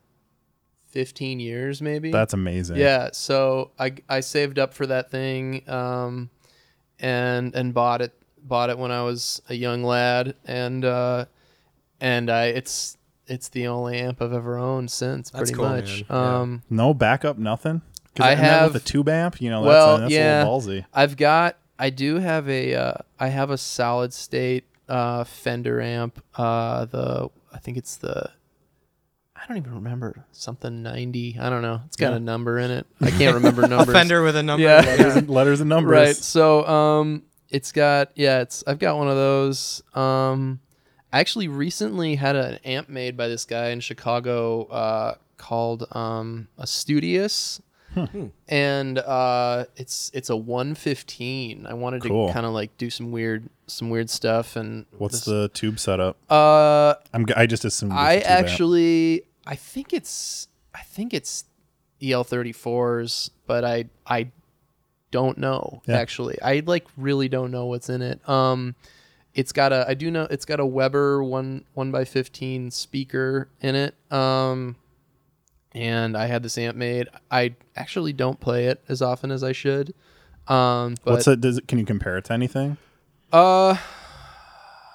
C: fifteen years maybe.
A: That's amazing.
C: yeah. So I I saved up for that thing, um, and and bought it bought it when I was a young lad, and uh, and I it's it's the only amp I've ever owned since
B: That's
C: pretty
B: cool,
C: much.
B: man. Yeah.
C: Um,
A: No backup, nothing. 'Cause-
C: I
A: and then
C: have-
A: with the tube amp. You know, that's, uh,
C: Well,
A: that's
C: yeah.
A: a little ballsy.
C: I've got. I do have a. Uh, I have a solid state uh, Fender amp. Uh, the I think it's the. I don't even remember something ninety. I don't know. It's got
A: Yeah.
C: a number in it. I can't remember numbers.
B: A fender with a number.
C: Yeah.
A: Letters and, letters and numbers.
C: Right. So um, it's got yeah. It's I've got one of those. Um, I actually recently had an amp made by this guy in Chicago uh, called um, a Studious. And uh, it's it's a 115. I wanted
A: Cool.
C: to kind of like do some weird some weird stuff and
A: What's
C: this-
A: the tube setup?
C: uh
A: I'm. g- I just assumed. it's a
C: I
A: tube amp.
C: actually, I think it's, I think it's EL34s, but I, I don't know
A: Yeah.
C: actually. I like really don't know what's in it. Um, it's got a, I do know it's got a Weber one one by fifteen speaker in it. Um, and I had this amp made. I actually don't play it as often as I should. Um, but
A: What's it? Does it? Can you compare it to anything?
C: uh,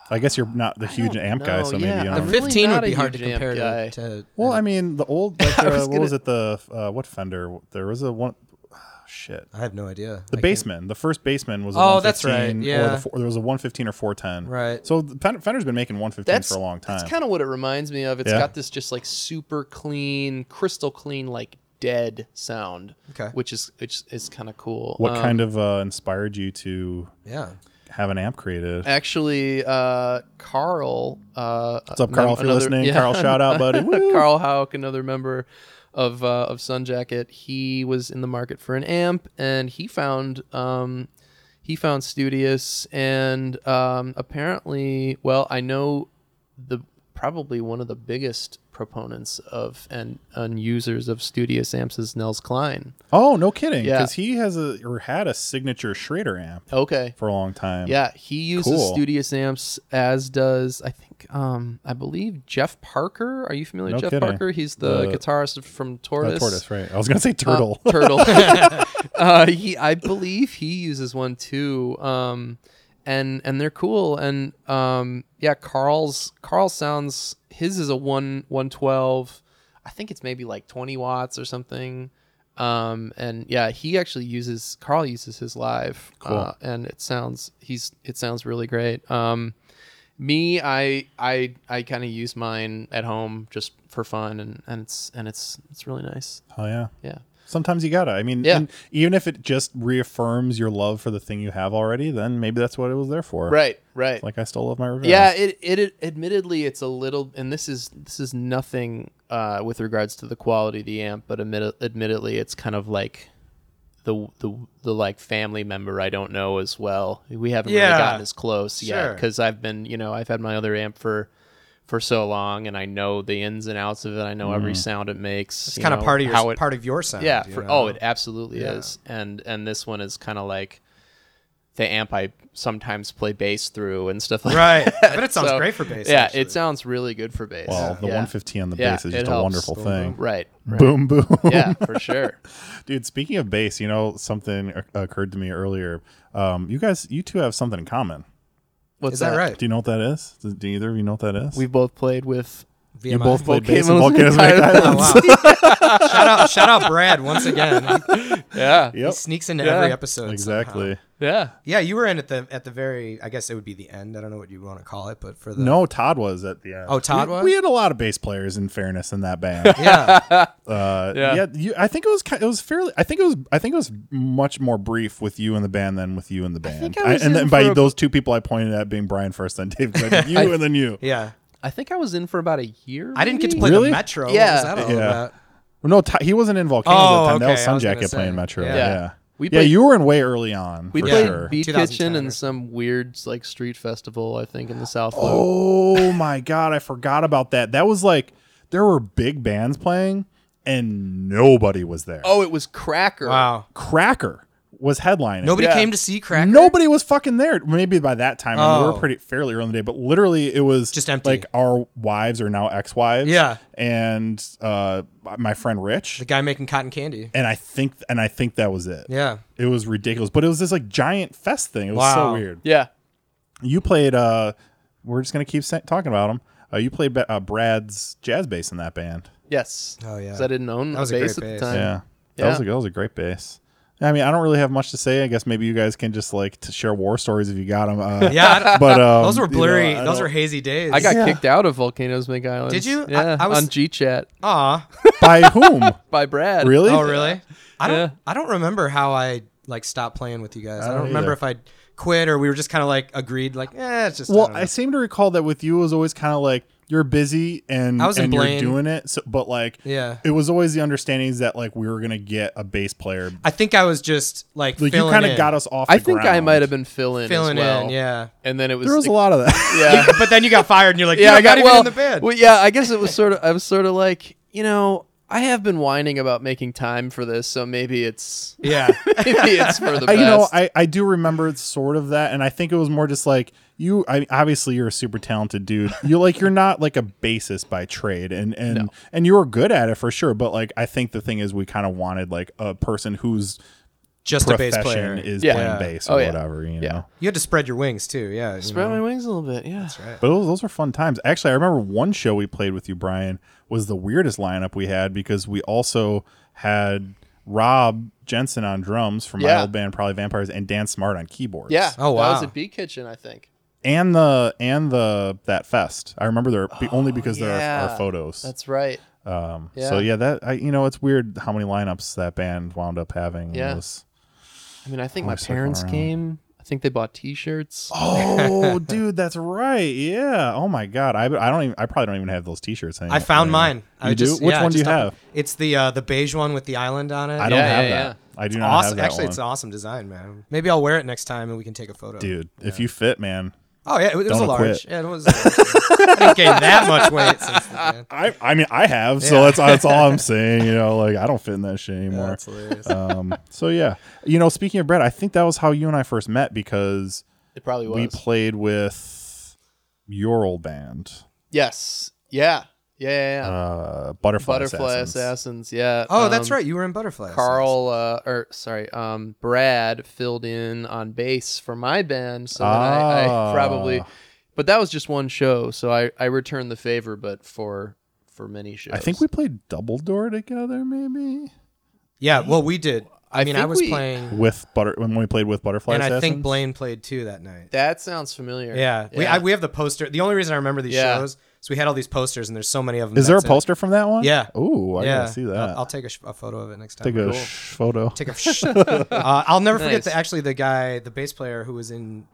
A: I guess you're not the huge amp guy,
C: know.
A: so
C: Yeah,
A: maybe.
C: I'm
A: Um,
C: really
B: Fifteen
C: not
B: would
C: a
B: be hard to
C: huge amp
B: compare
C: guy.
B: to. to
A: well, I mean, the old. Like,
C: I
A: uh,
C: was
A: what
C: gonna-
A: was it? The uh, what Fender? There was a one. Shit.
B: I have no idea.
A: The baseman, the first baseman was a
B: Oh, that's right,
A: 115 Or
B: yeah.
A: the four, there was a 115 or 410.
B: Right.
A: So the Fen- Fender's been making 115
C: that's
A: for a long time.
C: That's kind of what it reminds me of. It's
A: Yeah.
C: got this just like super clean, crystal clean, like dead sound.
B: Okay.
C: Which is which is kind of cool. Um,
A: what kind of uh, inspired you to
B: Yeah.
A: have an amp created?
C: Actually, uh, Carl. Uh,
A: What's up, Carl? if you're listening, Carl, shout out, buddy. Woo!
C: Carl Hauk, another member of uh, of Sunjacket, he was in the market for an amp, and he found um, he found Studious, and um, apparently, well, I know the probably one of the biggest proponents of and, and users of Studious amps is Nels Klein.
A: Oh, no kidding.
C: Yeah.
A: Because he has a or had a signature Schrader amp
C: Okay,
A: for a long time.
C: Yeah, he uses
A: Cool.
C: Studious amps as does I think um I believe Jeff Parker. Are you familiar
A: No
C: with Jeff
A: kidding.
C: Parker? He's the,
A: The-
C: guitarist from
A: Uh,
C: Tortoise.
A: tortoise, right? I was gonna say turtle.
C: Uh, turtle. uh, he, I believe he uses one too. Um, and and they're cool. And um, yeah, Carl's Carl sounds his is a one one twelve. I think it's maybe like twenty watts or something. Um, and yeah, he actually uses Carl uses his live,
A: Cool.
C: uh, and it sounds he's it sounds really great. Um, me i i i kind of use mine at home just for fun and and it's and it's it's really nice
A: Oh yeah.
C: yeah
A: Sometimes you gotta. I mean,
C: Yeah.
A: and even if it just reaffirms your love for the thing you have already, then maybe that's what it was there for.
C: right right
A: Like I still love my Rivera.
C: yeah it, it it admittedly it's a little and this is this is nothing uh with regards to the quality of the amp but admit, admittedly it's kind of like the, the the like family member I don't know as well. We haven't
B: Yeah.
C: really gotten as close yet
B: Sure.
C: because I've been you know I've had my other amp for for so long and I know the ins and outs of it. I know
A: Mm.
C: every sound it makes.
B: It's
C: you
B: kind of
C: know,
B: part of
C: how
B: your
C: it-
B: part of your sound.
C: yeah
B: you
C: for,
B: know?
C: oh it absolutely
B: Yeah.
C: is and and this one is kind of like the amp i sometimes play bass through and stuff like
B: right.
C: that
B: But it sounds
C: So,
B: great for bass.
C: yeah
B: actually.
C: it sounds really good for bass
A: Well, the
C: Yeah.
A: 115 on the
C: Yeah,
A: bass is
C: it
A: just a
C: helps.
A: wonderful
B: Boom,
A: thing.
C: right right
A: Boom boom.
C: yeah for sure
A: Dude, speaking of bass, you know something oc- occurred to me earlier. Um, you guys, you two have something in common.
C: what's
B: Is that right?
A: Do you know what that is? Do, do either of you know what that is?
C: we both played with
B: VMI.
A: you both played bass in Volcanoes
C: Volcanoes Make
A: Make Islands.
B: Oh, wow. shout out, shout out, Brad once again.
C: yeah
B: He
A: Yep,
B: sneaks into
C: Yeah.
B: every episode. somehow.
A: exactly.
C: yeah
B: Yeah, you were in at the at the very. I guess it would be the end. I don't know what you want to call it, but for the
A: No, Todd was at the end.
B: Oh, Todd
A: we,
B: was?
A: We had a lot of bass players, in fairness, in that band.
B: Yeah,
A: Uh,
C: Yeah.
A: yeah, you, I think it was ki- it was fairly. I think it was I think it was much more brief with you and the band than with you and the band.
C: think I was in
A: and then by
C: for a-
A: those two people I pointed at being Brian first, then Dave. 'cause I did you and then you.
B: yeah.
C: i think i was in for about a year
B: I didn't get to
C: maybe?
B: play
A: Really?
B: the Metro.
C: Yeah.
B: what was that all
A: Yeah.
B: about?
A: No, Ty, he wasn't in Volcanoes at
B: Oh,
A: the time.
B: okay, I was
A: That
B: gonna
A: was Sunjacket
B: say.
A: playing Metro.
B: Yeah.
A: Yeah,
C: Yeah.
A: yeah.
C: We played-
A: you were in way early on.
C: we
A: for
C: played
A: sure.
C: beat
B: 2010
C: kitchen
B: or-
C: and some weird like street festival i think in the south Loop.
A: Oh my god, I forgot about that. That was like there were big bands playing and nobody was there.
C: oh it was cracker
B: Wow.
A: Cracker was headlining.
B: Nobody
C: Yeah.
B: came to see Cracker.
A: Nobody was fucking there. Maybe by that time, I mean, we
B: Oh.
A: were pretty fairly early in the day, but literally it was
B: Just empty.
A: Like our wives are now ex-wives.
B: Yeah.
A: and uh, my friend Rich,
B: The guy making cotton candy.
A: and I think and I think that was it.
B: Yeah.
A: It was ridiculous, but it was this like giant fest thing. It was
B: Wow.
A: so weird.
C: yeah
A: You played. uh We're just gonna keep sa- talking about him. Uh, you played ba- uh, Brad's jazz bass in that band.
C: yes
B: Oh, yeah.
C: 'Cause i didn't own
B: That
C: a
B: was a
C: bass at
B: great
C: the
B: bass.
C: time
A: Yeah.
C: Yeah.
A: That was a that was a great bass. I mean, I don't really have much to say. I guess maybe you guys can just like to share war stories if you got them. Uh,
B: Yeah. I don't-
A: But um,
B: those were
A: you know,
B: blurry.
A: I
B: those
A: don't-
B: were hazy days.
C: I got
A: Yeah.
C: kicked out of Volcanoes Make Islands.
B: Did you? I-
C: Yeah,
B: I was-
C: on GChat
B: Aw.
A: by whom?
C: by Brad.
A: Really?
B: Oh, really? I don't.
C: Yeah.
B: I don't remember how I like stopped playing with you guys. I don't,
A: don't
B: remember
A: either.
B: if I quit or we were just kind of like agreed, like, eh, it's just.
A: Well,
B: I,
A: I seem to recall that with you it was always kind of like you're busy and
B: I was in
A: and you're
B: Blaine.
A: doing it. So, but like,
B: Yeah.
A: it was always the understanding is that like we were gonna get a bass player.
B: I think I was just like,
A: Like you
B: filling
A: kind
B: in.
A: of got us off.
C: I
A: the
C: think I
A: ground.
C: might have been fill in
B: filling
C: as well.
B: in, yeah.
C: And then it was
A: There was a lot of that.
C: Yeah.
B: but then you got fired, and you're like,
C: yeah, I got
B: even
C: well,
B: in the band.
C: Well, yeah, I guess it was sort of I was sort of like, you know, I have been whining about making time for this, so maybe it's
B: yeah,
C: maybe it's for the
A: I-
C: best.
A: you know, I, I do remember sort of that, and I think it was more just like you. I obviously you're a super talented dude. You like you're not like a bassist by trade, and and and you were good at it for sure. But like I think the thing is we kind of wanted like a person whose
B: just a bass player.
A: profession is
C: Yeah.
A: playing bass or
C: Oh, yeah.
A: whatever. You
C: Yeah.
A: know.
B: you had to spread your wings too. Yeah, you
C: spread
B: know.
C: my wings a little bit. Yeah. That's
B: right.
A: But those, those were fun times. Actually, I remember one show we played with you, Brian, was the weirdest lineup we had because we also had Rob Jensen on drums from
C: Yeah.
A: my old band, probably Vampires, and Dan Smart on keyboards.
C: Yeah.
B: Oh,
C: That was
B: wow.
C: at Bee Kitchen, I think.
A: and the and the that fest. I remember there be only because there are,
C: Oh, yeah.
A: are photos.
C: That's right.
A: um,
C: yeah.
A: So yeah, that I, you know it's weird how many lineups that band wound up having. It
C: Yeah.
A: was-
C: I mean, I think
A: Oh,
C: my
A: I circle
C: parents
A: around.
C: came. I think they bought t-shirts.
A: oh, dude, that's right. Yeah. Oh my God. I, I don't even. I probably don't even have those T-shirts anymore.
B: I found mine. I
A: Oh, You do?
B: just
A: Which
B: yeah,
A: one do
B: just
A: you
B: up-
A: have?
B: It's the uh, the beige one with the island on it.
A: I don't
C: Yeah,
A: have
C: yeah,
A: that. I do not have
B: Awesome.
A: that
B: Actually,
A: one.
B: it's an awesome design, man. Maybe I'll wear it next time and we can take a photo.
A: dude. If you fit, man.
B: Oh yeah, it, was- it was a
A: Don't
B: large.
A: quit.
B: Yeah, it was. I haven't gained that much weight since then.
A: I, I mean, I have, so that's that's all I'm saying. You know, like I don't fit in that shit anymore.
B: That's hilarious.
A: um, so yeah, you know, speaking of Brett, I think that was how you and I first met because
C: It probably was.
A: we played with your old band.
C: Yes. Yeah. Yeah.
A: uh, Butterfly,
C: Butterfly
A: Assassins.
C: assassins. Yeah.
B: Oh, that's
C: um,
B: right. You were in Butterfly.
C: Carl, uh, or sorry, um, Brad filled in on bass for my band, so then I,
A: Ah.
C: I probably, but that was just one show, so I I returned the favor, but for for many shows.
A: I think we played Dumbledore together, maybe
B: Yeah, well, we did. I,
C: I
B: mean, I
C: think
B: was
C: we-
B: playing,
A: with Butter when we played with Butterfly
B: and I
A: Assassins.
B: think Blaine played too that night.
C: that sounds familiar.
B: Yeah, we I, we have the poster. The only reason I remember these
C: Yeah.
B: shows is we had all these posters, and there's so many of them.
A: Is there a
B: that's in it.
A: poster from that one?
B: Yeah.
A: Ooh, I
B: yeah,
A: gotta see that.
B: I'll, I'll take a, sh- a photo of it next time.
A: take a sh- photo.
B: Take a. Sh- uh, I'll never forget
C: Nice.
B: the actually the guy, the bass player who was in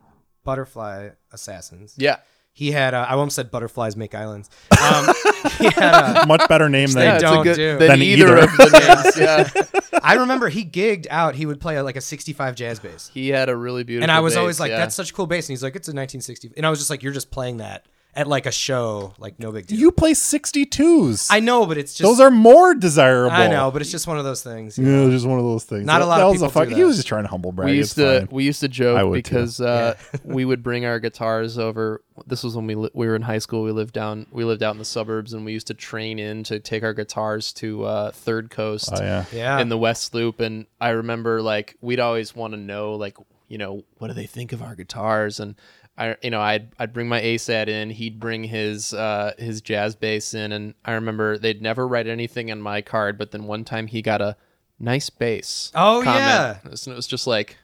B: Butterfly Assassins.
C: Yeah.
B: He had. Uh, I almost said butterflies make islands. Um, he had. Uh,
A: Much better name than
C: yeah,
B: They
C: it's
B: don't
C: a good,
B: do.
C: than
A: Than
C: either,
A: either.
C: of the names. Yeah,
B: I remember he gigged out. He would play uh, like a 65 jazz bass.
C: he had a really beautiful.
B: and I was
C: bass,
B: always like,
C: yeah.
B: "That's such a cool bass," and he's like, "It's a 1960." And I was just like, "You're just playing that at like a show, like no big deal."
A: you play 62s.
B: I know, but it's just
A: Those are more desirable.
B: I know, but it's just one of those things. you know?
A: Yeah, it was just one of those things.
B: Not a
A: That-
B: lot
A: that
B: of
A: was a
B: people do
A: fuck-
B: that.
A: He was just trying to humble brag.
C: we
A: it's
C: used to
A: fine.
C: we used to
A: I
C: joke
A: would, too.
C: because uh, we would bring our guitars over. This was when we li- we were in high school. We lived down we lived out in the suburbs, and we used to train in to take our guitars to uh, Third Coast
A: Oh yeah.
B: Yeah,
C: in the West Loop. And I remember like we'd always want to know like you know what do they think of our guitars and. I, you know, I'd I'd bring my ASAT in. He'd bring his uh, his jazz bass in, and I remember they'd never write anything on my card. But then one time he got a nice bass.
B: Oh,
C: comment.
B: yeah.
C: and it was- it was just like,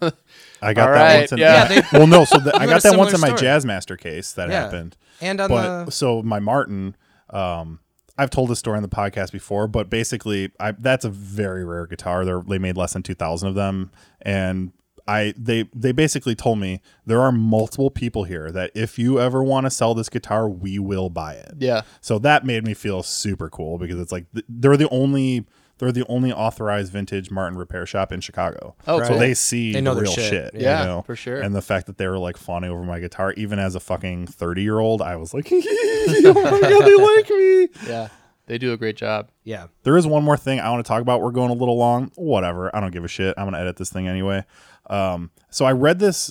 A: I got
C: All
A: that
C: right,
A: once. In,
C: yeah.
B: Yeah,
A: well, no. So the, I
B: had a
A: got that once in
B: similar
A: my
B: story.
A: Jazzmaster case that
B: Yeah.
A: happened.
B: and on
A: but
B: the
A: so my Martin, um, I've told this story on the podcast before, but basically, I that's a very rare guitar. They're, they made less than two thousand of them, and I they they basically told me there are multiple people here that if you ever want to sell this guitar, we will buy it.
C: yeah,
A: So that made me feel super cool because it's like th- they're the only they're the only authorized vintage Martin repair shop in Chicago.
C: Oh,
A: so
C: cool.
A: they see
B: They know
A: the
B: their
A: real
B: shit.
A: shit.
C: Yeah,
A: you know?
C: for sure.
A: And the fact that they were like fawning over my guitar, even as a fucking thirty year old, I was like, oh my god, they like me.
C: yeah, they do a great job.
B: yeah,
A: There is one more thing I want to talk about. We're going a little long. Whatever. I don't give a shit. I'm going to edit this thing anyway. Um, so I read this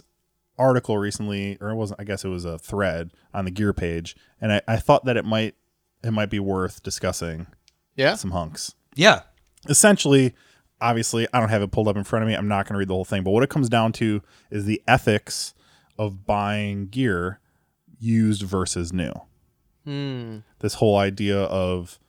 A: article recently, or it wasn't, I guess it was a thread on the gear page. And I, I thought that it might, it might be worth discussing
C: Yeah,
A: some hunks.
B: yeah,
A: Essentially, obviously, I don't have it pulled up in front of me. I'm not going to read the whole thing. But what it comes down to is the ethics of buying gear used versus new this whole idea of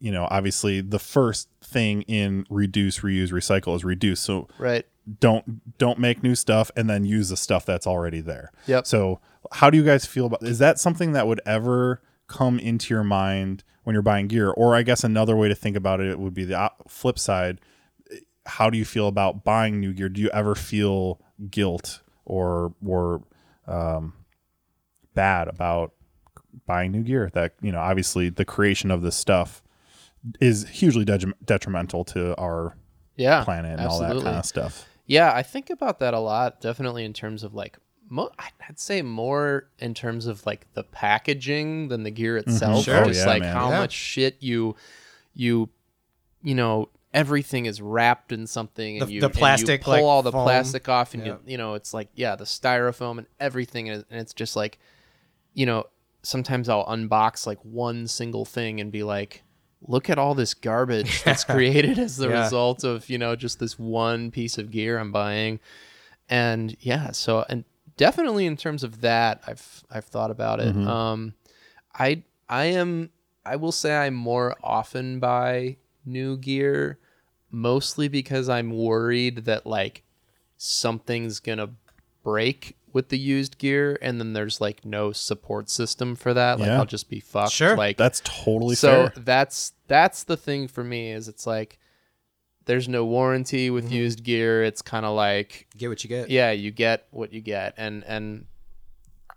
A: you know obviously the first thing in reduce reuse recycle is reduce so
C: right.
A: don't don't make new stuff and then use the stuff that's already there
C: Yep.
A: so how do you guys feel about is that something that would ever come into your mind when you're buying gear or i guess another way to think about it would be the op- flip side how do you feel about buying new gear do you ever feel guilt or or um, bad about buying new gear that you know obviously the creation of this stuff is hugely detrim- detrimental to our
C: Yeah,
A: planet and all that kind of stuff
C: Yeah, I think about that a lot. Definitely in terms of like, mo- I'd say more in terms of like the packaging than the gear itself.
A: Sure. Oh,
C: Just
A: yeah,
C: like
A: man.
C: how
B: Yeah.
C: much shit you, you, you know, everything is wrapped in something, and
B: The-
C: you
B: the
C: and you
B: plastic,
C: pull
B: like,
C: all the
B: foam.
C: plastic off, and
B: Yeah.
C: you you know, it's like yeah, the styrofoam and everything, is, and it's just like, you know, sometimes I'll unbox like one single thing and be like. Look at all this garbage that's created as the
B: Yeah.
C: result of, you know, just this one piece of gear I'm buying and yeah so and definitely in terms of that i've i've thought about it um i i am i will say i more often buy new gear mostly because i'm worried that like something's gonna break with the used gear and then there's like no support system for that like
A: Yeah.
C: i'll just be fucked
B: Sure.
C: like
A: that's totally
C: so
A: fair
C: that's that's the thing for me is it's like there's no warranty with
A: Mm-hmm.
C: used gear it's kind of like
B: get what you get.
C: yeah you get what you get and and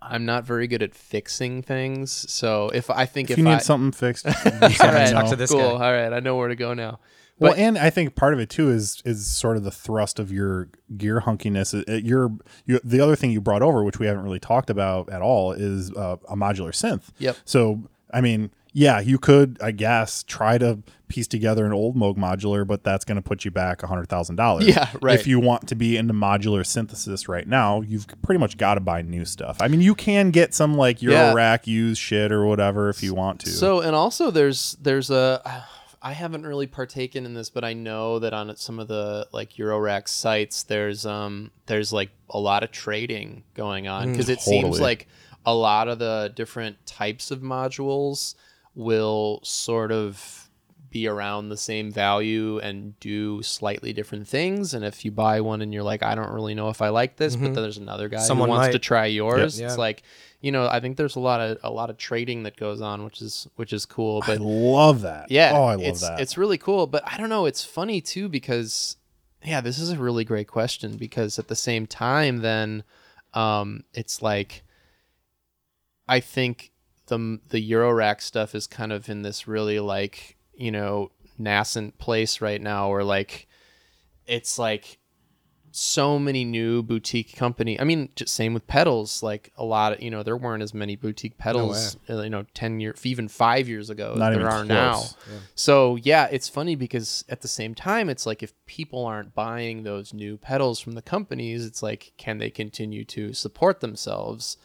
C: i'm not very good at fixing things so if i think
A: if,
C: if,
A: you need
C: I,
A: something fixed just
C: all
A: let me
C: right,
A: know.
B: Talk to this
C: cool
B: guy.
C: all right i know where to go now
A: well
C: but-
A: and i think part of it too is is sort of the thrust of your gear hunkiness Uh, your you, the other thing you brought over which we haven't really talked about at all is uh, a modular synth
C: Yep.
A: so i mean yeah, you could, I guess, try to piece together an old Moog modular, but that's going to put you back hundred thousand dollars.
D: Yeah, right.
A: If you want to be into modular synthesis right now, you've pretty much got to buy new stuff. I mean, you can get some like Euro
D: Yeah.
A: rack used shit or whatever if you want to.
C: So and also there's there's a I haven't really partaken in this, but I know that on some of the like Eurorack sites there's um there's like a lot of trading going on
B: Mm,
C: because it seems
A: Totally.
C: like a lot of the different types of modules will sort of be around the same value and do slightly different things and if you buy one and you're like I don't really know if I like this but then there's another guy
B: Mm-hmm. Someone
C: who wants
B: might.
C: to try yours
B: Yeah.
C: it's like you know I think there's a lot of a lot of trading that goes on which is which is cool
A: I
C: but
A: love that.
C: yeah,
A: Oh, I love
C: it's,
A: that.
C: It's really cool, but I don't know. It's funny too because, yeah, this is a really great question because at the same time, then, um, it's like, I think the the Eurorack stuff is kind of in this really like you know nascent place right now, where like, it's like so many new boutique company. I mean, just same with pedals. Like a lot of you know, there weren't as many boutique pedals, uh, you know, ten year, even five years ago,
A: Not
C: there
A: even
C: are
A: close.
C: now. So yeah, it's funny because at the same time, it's like if people aren't buying those new pedals from the companies, it's like can they continue to support themselves?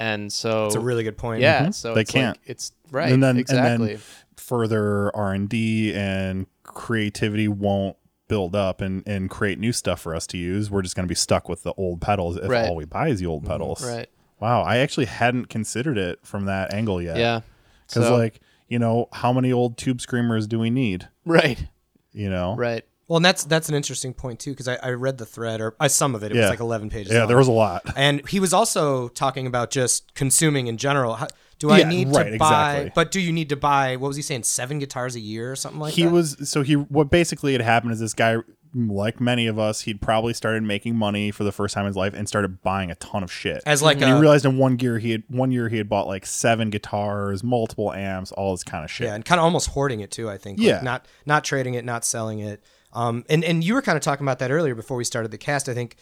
C: And so
B: It's a really good point.
C: yeah, so
A: mm-hmm. They
C: it's
A: can't.
C: Like, it's right.
A: and then
C: exactly.
A: and then further R and D and creativity won't build up and and create new stuff for us to use. We're just going to be stuck with the old pedals if
C: Right.
A: all we buy is the old pedals.
C: Right.
A: Wow, I actually hadn't considered it from that angle yet.
C: yeah.
A: because
C: So-
A: like you know, how many old tube screamers do we need?
C: Right.
A: You know,
C: Right.
B: Well, and that's that's an interesting point too because I, I read the thread or I some of it. It
A: Yeah.
B: was like eleven pages.
A: Yeah,
B: long.
A: there was a lot.
B: And he was also talking about just consuming in general. How, do I
A: Yeah,
B: need
A: right,
B: to buy?
A: exactly.
B: But do you need to buy? What was he saying? Seven guitars a year or something like
A: he
B: that.
A: was so he what basically had happened is this guy like many of us he'd probably started making money for the first time in his life and started buying a ton of shit
B: As like
A: and
C: Uh,
B: a-
A: Mm-hmm. he realized in one gear he had one year he had bought like seven guitars multiple amps all this kind of shit
B: yeah, and kind of almost hoarding it too. I think. Like,
A: Yeah.
B: Not not trading it, not selling it. Um, and and you were kind of talking about that earlier before we started the cast. I think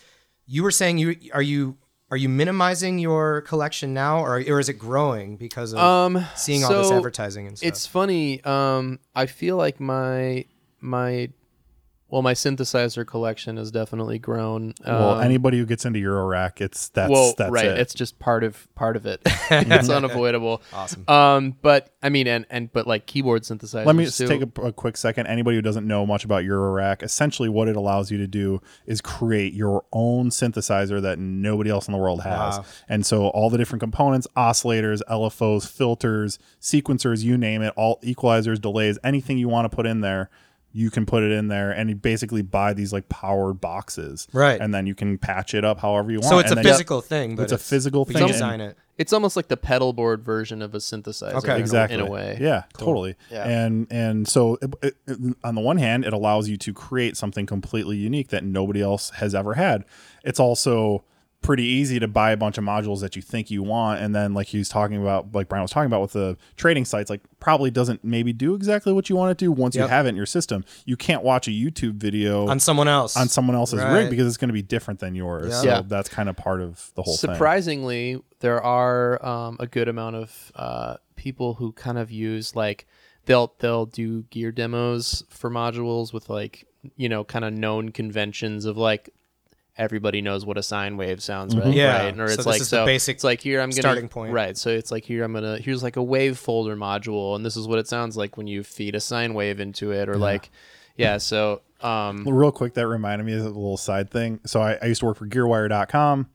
B: you were saying you are you are you minimizing your collection now, or or is it growing because of
C: Um,
B: seeing all this
C: so
B: advertising and stuff?
C: It's funny. Um, I feel like my my well, my synthesizer collection has definitely grown.
A: well
C: Um,
A: anybody who gets into eurorack it's that's
C: well,
A: that's
C: right.
A: it Mm-hmm.
C: It's just part of part of it. it's unavoidable.
B: Awesome.
C: Um, but I mean, and and but like keyboard synthesizers.
A: let me just
C: too.
A: take a, a quick second. Anybody who doesn't know much about Eurorack, essentially what it allows you to do is create your own synthesizer that nobody else in the world has. And so all the different components, oscillators, LFOs, filters, sequencers, you name it, all equalizers, delays, anything you want to put in there, you can put it in there and you basically buy these like powered boxes.
B: Right.
A: And then you can patch it up however you want.
B: so it's
A: And
B: a
A: then-
B: physical thing. But
A: It's a physical
B: but
A: thing
B: You
A: and-
B: design it.
C: It's almost like the pedal board version of a synthesizer.
B: Okay.
C: in a-
A: exactly
C: In a way.
A: yeah totally
C: Yeah.
A: and and so it, it- it- on the one hand it allows you to create something completely unique that nobody else has ever had it's also pretty easy to buy a bunch of modules that you think you want and then like he was talking about like brian was talking about with the trading sites like probably doesn't maybe do exactly what you want to do once you
B: Yep.
A: have it in your system you can't watch a youtube video
B: on
A: on,
B: someone else.
A: someone else's rig
B: Right.
A: because it's going to be different than yours
B: Yeah.
A: so
C: Yeah.
A: that's kind of part of the whole thing
C: surprisingly there are um, a good amount of uh, people who kind of use like they'll they'll do gear demos for modules with like you know kind of known conventions of like everybody knows what a sine wave sounds
A: Mm-hmm.
C: right
B: Yeah.
C: right? or
B: So
C: it's
B: this
C: like
B: is the
C: so
B: basic
C: it's like here i'm gonna
B: starting point.
C: right so it's like here i'm gonna here's like a wave folder module and this is what it sounds like when you feed a sine wave into it or like yeah so um
A: Well, real quick, that reminded me of a little side thing. So I, I used to work for GearWire.com.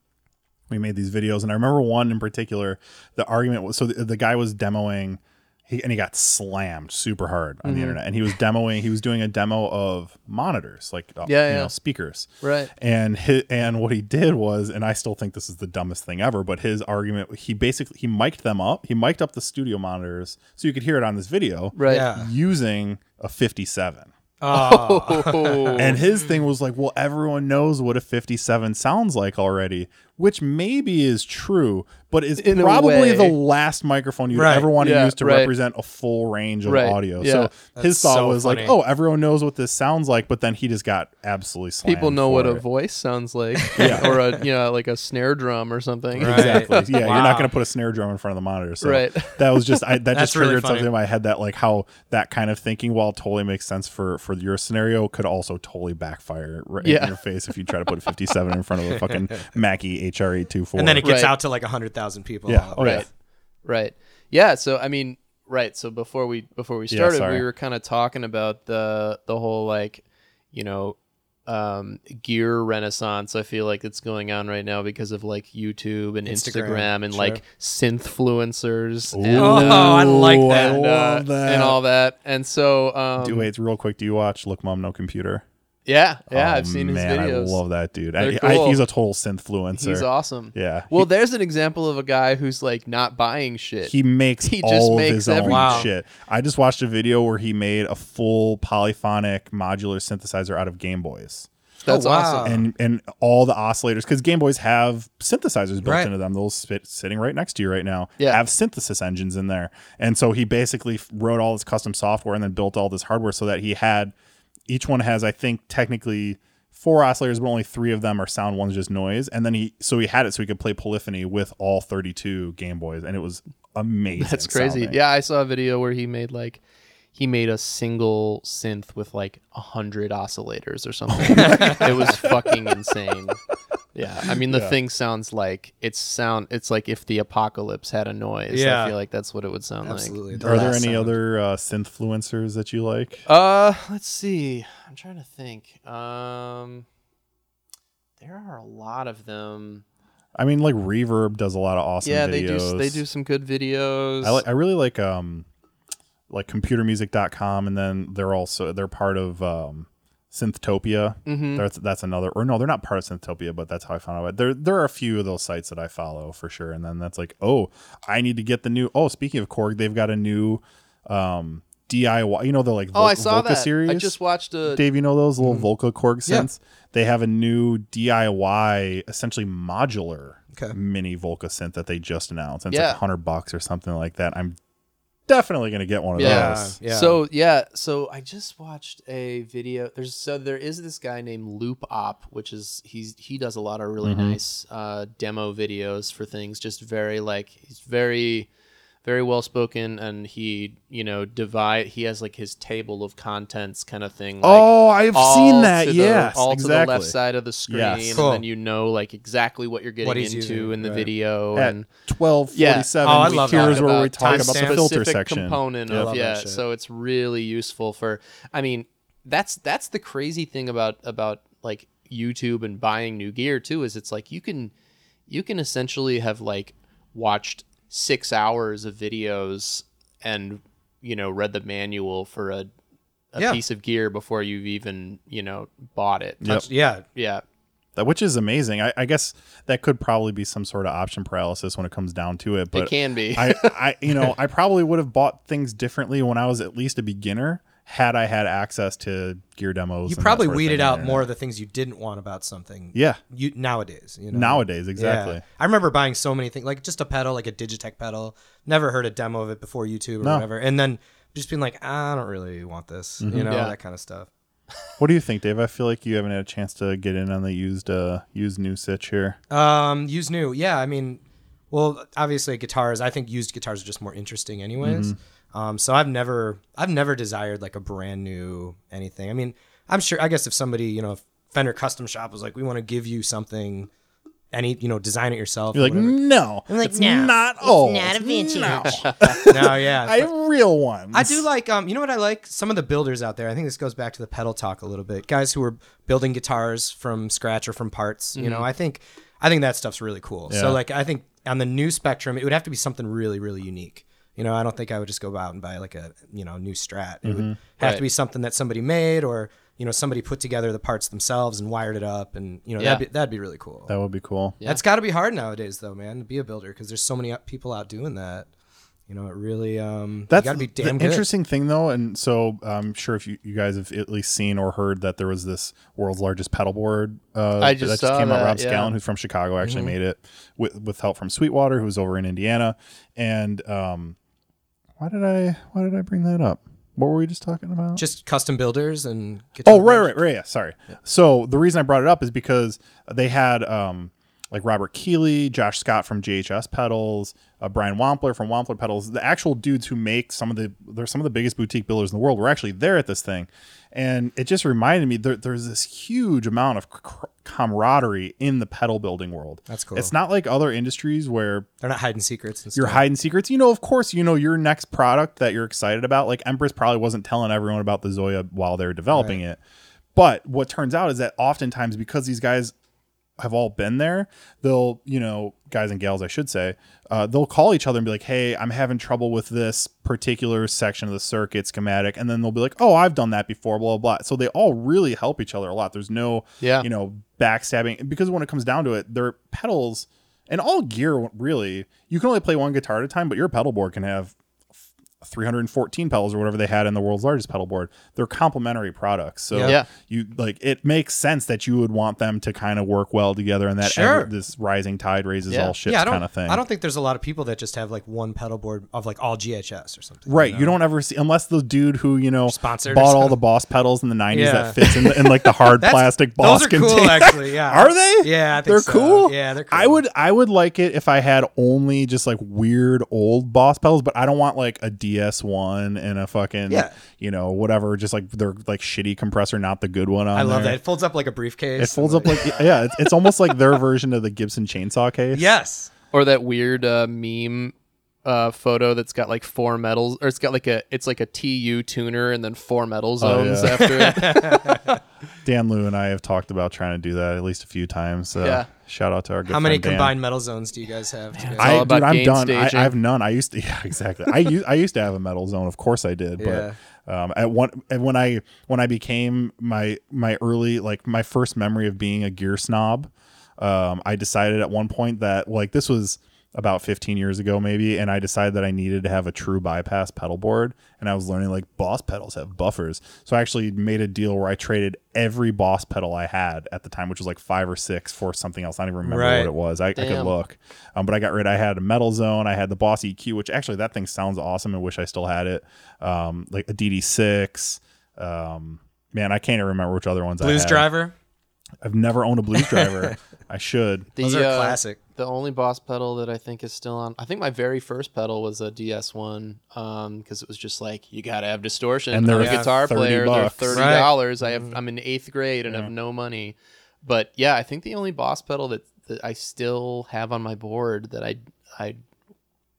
A: We made these videos, and I remember one in particular. The argument was so the, the guy was demoing, he, and he got slammed super hard on
C: Mm-hmm.
A: the internet. And he was demoing, he was doing a demo of monitors, like uh,
C: Yeah,
A: you
C: yeah.
A: know speakers,
C: Right.
A: And hi and what he did was, and I still think this is the dumbest thing ever. But his argument, he basically he mic'd them up, he mic'd up the studio monitors so you could hear it on this video,
C: right
B: Yeah.
A: Using a fifty-seven.
B: Oh,
C: Oh.
B: Mm.
A: And his thing was like, well, everyone knows what a 57 sounds like already. which maybe is true, but is
C: In a
A: probably
C: way.
A: the last microphone you'd
B: Right.
A: ever want to
C: Yeah,
A: use to
C: right.
A: represent a full range of
C: Right.
A: audio.
C: Yeah.
A: So his
B: That's
A: thought
B: so
A: was like,
B: funny.
A: "Oh, everyone knows what this sounds like," but then he just got absolutely slammed.
C: People know what
A: for
C: a
A: it.
C: voice sounds like,
A: Yeah.
C: or a you know like a snare drum or something.
B: Right.
A: Exactly. Yeah, you're not
B: Wow.
A: going to put a snare drum in front of the monitor. So
C: Right.
A: that was just I, that just
B: That's really
A: triggered
B: funny.
A: something in my head that like how that kind of thinking, while it totally makes sense for for your scenario, could also totally backfire right
C: Yeah.
A: in your face if you try to put 57 in front of a fucking Mackie HR824.
B: and then it gets
C: Right.
B: out to like hundred thousand people.
A: Yeah.
B: all at
A: Oh, yeah.
B: once.
C: Right. Yeah. So I mean, right. So before we before we
A: Yeah,
C: started,
A: sorry.
C: we were kind of talking about the the whole like, you know, um, gear renaissance. I feel like it's going on right now because of like YouTube and Instagram,
B: Instagram,
C: and
B: sure.
C: like synthfluencers.
A: Ooh.
C: And,
B: Oh, I like
A: Ooh,
B: that.
A: I
C: and, uh,
A: love that.
C: and all that. And so, um,
A: Do wait real quick. Do you watch Look Mom No Computer?
C: yeah, yeah,
A: Oh,
C: I've seen
A: man,
C: his videos.
A: I love that dude.
C: They're
A: I, I,
C: cool.
A: he's a total synthfluencer.
C: He's awesome.
A: yeah.
C: Well, there's an example of a guy who's like not buying shit.
A: He makes
C: He just
A: all
C: makes
A: of his own
C: everything.
B: Wow.
A: shit. I just watched a video where he made a full polyphonic modular synthesizer out of Game Boys.
C: That's
B: Oh, wow.
C: awesome.
A: and and all the oscillators because Game Boys have synthesizers built
B: Right.
A: into them. Those sit, sitting right next to you right now
C: Yeah.
A: have synthesis engines in there. And so he basically f- wrote all this custom software and then built all this hardware so that he had each one has I think technically four oscillators, but only three of them are sound. One's just noise. And then he so he had it so he could play polyphony with all 32 Game Boys, and it was amazing.
C: That's crazy.
A: sounding.
C: Yeah, I saw a video where he made like he made a single synth with like a hundred oscillators or something. it was fucking insane. Yeah, I mean the thing sounds like it's sound. It's like if the apocalypse had a noise. I
B: Yeah.
C: feel like that's what it would sound
B: Absolutely.
C: like.
B: The
A: Are there
B: last
A: any
B: sound.
A: other uh, synthfluencers that you like?
C: Uh, let's see. I'm trying to think. Um, there are a lot of them.
A: I mean, like Reverb does a lot of awesome.
C: yeah,
A: videos.
C: they do. They do some good videos.
A: I like. I really like um, like computermusic.com, and then they're also they're part of um, Synthtopia.
C: Mhm.
A: That's that's another, or no, they're not part of Synthtopia, but that's how I found out. about it. There there are a few of those sites that I follow for sure, and then that's like, oh, I need to get the new. Oh, speaking of Korg, they've got a new um DIY. You know, they're like
C: Oh, I
A: Vol-
C: saw
A: Volca
C: that.
A: series.
C: I just watched a
A: Dave, you know those little Volca Korg
B: Yeah.
A: synths? They have a new DIY, essentially modular
B: Okay.
A: mini Volca synth that they just announced. And it's
C: Yeah.
A: like 100 bucks or something like that. I'm definitely going to get one of
C: Yeah.
A: those.
B: Yeah.
C: So yeah, so I just watched a video. There's so there is this guy named Loop Op, which is he's he does a lot of really
B: Mm-hmm.
C: nice uh, demo videos for things. Just very like he's very very well spoken, and he you know divide he has like his table of contents kind of thing. Like,
A: oh, I've
C: all
A: seen that.
C: to the-
A: yes.
C: all to the
A: exactly.
C: left side of the screen,
A: Yes.
C: and
B: Cool.
C: then you know like exactly what you're getting
B: What he's
C: into
B: using,
C: in the
B: right.
C: video.
A: At
C: and
A: 1247.
B: Yeah. Oh, I
A: we-
B: love that.
A: Here's where we talk
B: timestamp
A: about the
C: specific
A: filter section.
C: component
B: Yeah.
C: of
B: Love
C: yeah
B: that shit.
C: so it's really useful for i mean that's that's the crazy thing about about like youtube and buying new gear too is it's like you can you can essentially have like watched six hours of videos and you know read the manual for a, a
B: Yeah.
C: piece of gear before you've even you know bought it
A: Yep.
B: yeah.
C: yeah
A: That- Which is amazing. I, I guess that could probably be some sort of option paralysis when it comes down to it. But
C: it can be
A: I, I, you know, I probably would have bought things differently when I was at least a beginner had I had access to gear demos. and
B: You
A: that
B: probably
A: sort of
B: weeded
A: thing.
B: out more of the things you didn't want about something.
A: Yeah,
B: You nowadays, you know.
A: nowadays
B: Yeah.
A: exactly.
B: I remember buying so many things, like just a pedal, like a Digitech pedal. Never heard a demo of it before YouTube or
A: No.
B: whatever. And then just being like, "Ah, I don't really want this,
A: Mm-hmm.
B: you know,
C: Yeah.
B: that kind of stuff.
A: What do you think, Dave? I feel like you haven't had a chance to get in on the used, uh, used new sitch here.
B: Um, use new. Yeah, I mean, well, obviously guitars. I think used guitars are just more interesting, anyways.
A: Mm-hmm.
B: Um, so I've never, I've never desired like a brand new anything. I mean, I'm sure. I guess if somebody, you know, if Fender Custom Shop was like, we want to give you something, any, you know, design it yourself.
A: You're like,
B: whatever.
A: no,
B: I'm like,
A: it's
B: no,
A: not
D: it's
A: old,
D: not a vintage."
A: No.
B: no, yeah.
A: "Mm." I have real ones.
B: I do like um you know what I like some of the builders out there. I think this goes back to the pedal talk a little bit. Guys who are building guitars from scratch or from parts, you know. I think I think that stuff's really cool.
A: Mm-hmm. Yeah.
B: So like I think on the new spectrum it would have to be something really really unique. You know, I don't think I would just go out and buy like a, you know, new strat. It
A: Mm-hmm.
B: would have
C: Right.
B: to be something that somebody made or, you know, somebody put together the parts themselves and wired it up and, you know,
C: Yeah.
B: that'd be that'd be really cool.
A: That would be cool.
C: Yeah.
B: That's got to be hard nowadays though, man, to be a builder because there's so many out- people out doing that. You know, it really um,
A: That's
B: got to be
A: the
B: damn good.
A: interesting thing, though. And so I'm sure if you, you guys have at least seen or heard that there was this world's largest paddleboard. Uh,
C: I just
A: that
C: saw
A: came out.
C: that,
A: Rob
C: yeah. Mm-hmm.
A: Scallon, who's from Chicago, actually made it with with help from Sweetwater, who's over in Indiana. And um, why did I why did I bring that up? What were we just talking about?
B: Just custom builders and guitar
A: Oh, right, right, right. Yeah, sorry. So the reason I brought it up is because they had um, like Robert Keeley, Josh Scott from JHS Pedals, uh, Brian Wampler from Wampler Pedals. The actual dudes who make some of the they're some of the biggest boutique builders in the world were actually there at this thing, and it just reminded me there, there's this huge amount of cr- camaraderie in the pedal building world.
B: That's cool.
A: It's not like other industries where
B: They're not hiding secrets and
A: you're
B: stuff.
A: hiding secrets. You know, of course, you know your next product that you're excited about. Like Empress probably wasn't telling everyone about the Zoya while they were developing it. But what turns out is that oftentimes because these guys have all been there, they'll, you know, guys and gals, I should say, uh, they'll call each other and be like, hey, I'm having trouble with this particular section of the circuit schematic. And then they'll be like, oh, I've done that before, blah, blah, blah. So they all really help each other a lot. There's no,
C: Yeah.
A: you know, backstabbing. Because when it comes down to it, their pedals and all gear, really, you can only play one guitar at a time, but your pedal board can have 314 pedals or whatever they had in the world's largest pedal board they're complementary products so
B: Yeah.
C: Yeah.
A: you like it makes sense that you would want them to kind of work well together and that
B: Sure.
A: ever- this rising tide raises
C: Yeah.
A: all ships
B: yeah, I don't.
A: kind of thing
B: I don't think there's a lot of people that just have like one pedal board of like all GHS or something.
A: right you don't ever see unless the dude who you know
B: Sponsored or
A: bought all
B: something.
A: the boss pedals in the 90s
B: Yeah.
A: that fits in, the, in like the hard
B: That's-
A: plastic
B: those
A: boss
B: are cool,
A: container.
B: actually, yeah.
A: are they
B: Yeah, I think
A: they're
B: so.
A: cool
B: Yeah, they're
A: i
B: cool.
A: would i would like it if i had only just like weird old boss pedals but i don't want like a ds1 and a fucking
B: Yeah.
A: you know whatever just like they're like shitty compressor not the good one on
B: I love
A: there.
B: that. It folds up like a briefcase.
A: It folds
B: and,
A: up like yeah, it's, it's almost like their version of the Gibson chainsaw case.
B: Yes.
C: or that weird uh, meme uh, photo that's got like four metals, or it's got like a it's like a TU tuner and then four metal zones
A: yeah.
C: after it.
A: Dan Lou and I have talked about trying to do that at least a few times. So
C: Yeah.
A: shout out to our good
B: How many
A: friend Dan.
B: combined metal zones do you guys have? together?
C: all
A: I,
C: about
A: dude, I'm
C: gain
A: done. I, I
C: staging.
A: have none. I used to, yeah, exactly. I used, I used to have a metal zone. Of course I did.
B: Yeah.
A: But um, at one, and when I, when I became my, my early, like my first memory of being a gear snob, um, I decided at one point that like, this was about 15 years ago, maybe. And I decided that I needed to have a true bypass pedal board. And I was learning like boss pedals have buffers. So I actually made a deal where I traded every boss pedal I had at the time, which was like five or six for something else. I don't even remember
B: Right.
A: what it was. I, I could
C: Damn.
A: look. Um, but I got rid. I had a metal zone. I had the Boss EQ, which actually that thing sounds awesome. I wish I still had it. Um, like a DD6. Um, man, I can't even remember which other ones. I
B: Blues
A: had.
B: Driver.
A: I've never owned a Blues Driver. I should.
C: The,
B: Those are
C: uh,
B: classic.
C: The only boss pedal that I think is still on. I think my very first pedal was a DS1 because um, it was just like you gotta have distortion.
A: And they're
C: I'm a
A: Yeah.
C: guitar
A: 30
C: player.
A: bucks.
C: They're thirty
B: Right.
C: dollars. I have. I'm in eighth grade and have no money. But yeah, I think the only boss pedal that, that I still have on my board that I I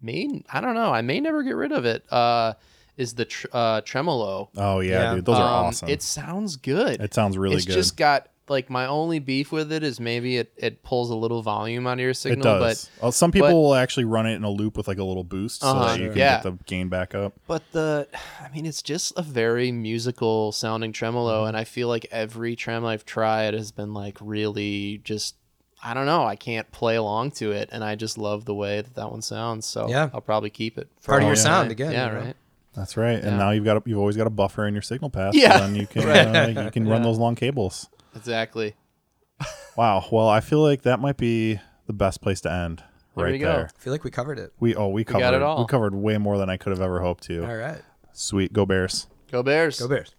C: may I don't know I may never get rid of it uh, is the tr- uh, tremolo.
A: Oh yeah,
B: Yeah.
A: dude, those are
C: Um,
A: awesome.
C: It sounds good.
A: it sounds really
C: it's
A: good.
C: just got like my only beef with it is maybe it, it pulls a little volume out of your
A: it
C: signal,
A: does.
C: but
A: Uh, some people
C: but-
A: will actually run it in a loop with like a little boost so
C: Uh-huh,
A: that you can get
C: yeah.
A: the gain back up.
C: but the I mean it's just a very musical sounding
A: Mm-hmm.
C: tremolo, and I feel like every trem I've tried has been like really just I don't know I can't play along to it, and I just love the way that that one sounds. So
B: Yeah.
C: I'll probably keep it
A: Oh,
C: for
B: Part of
C: all
B: your
C: time.
B: sound again,
C: Yeah,
B: you know?
C: right.
A: That's right. And
C: Yeah.
A: now you've got a, you've always got a buffer in your signal path.
C: Yeah.
A: So then you can uh, you can run
C: Yeah.
A: those long cables.
C: Exactly.
A: Wow. Well, I feel like that might be the best place to end.
C: There
A: right
C: we go.
A: there.
B: I feel like we covered it.
A: We oh we covered
C: got it all.
A: we covered way more than I could have ever hoped to.
B: All right.
A: Sweet, go Bears.
C: Go Bears.
B: Go Bears.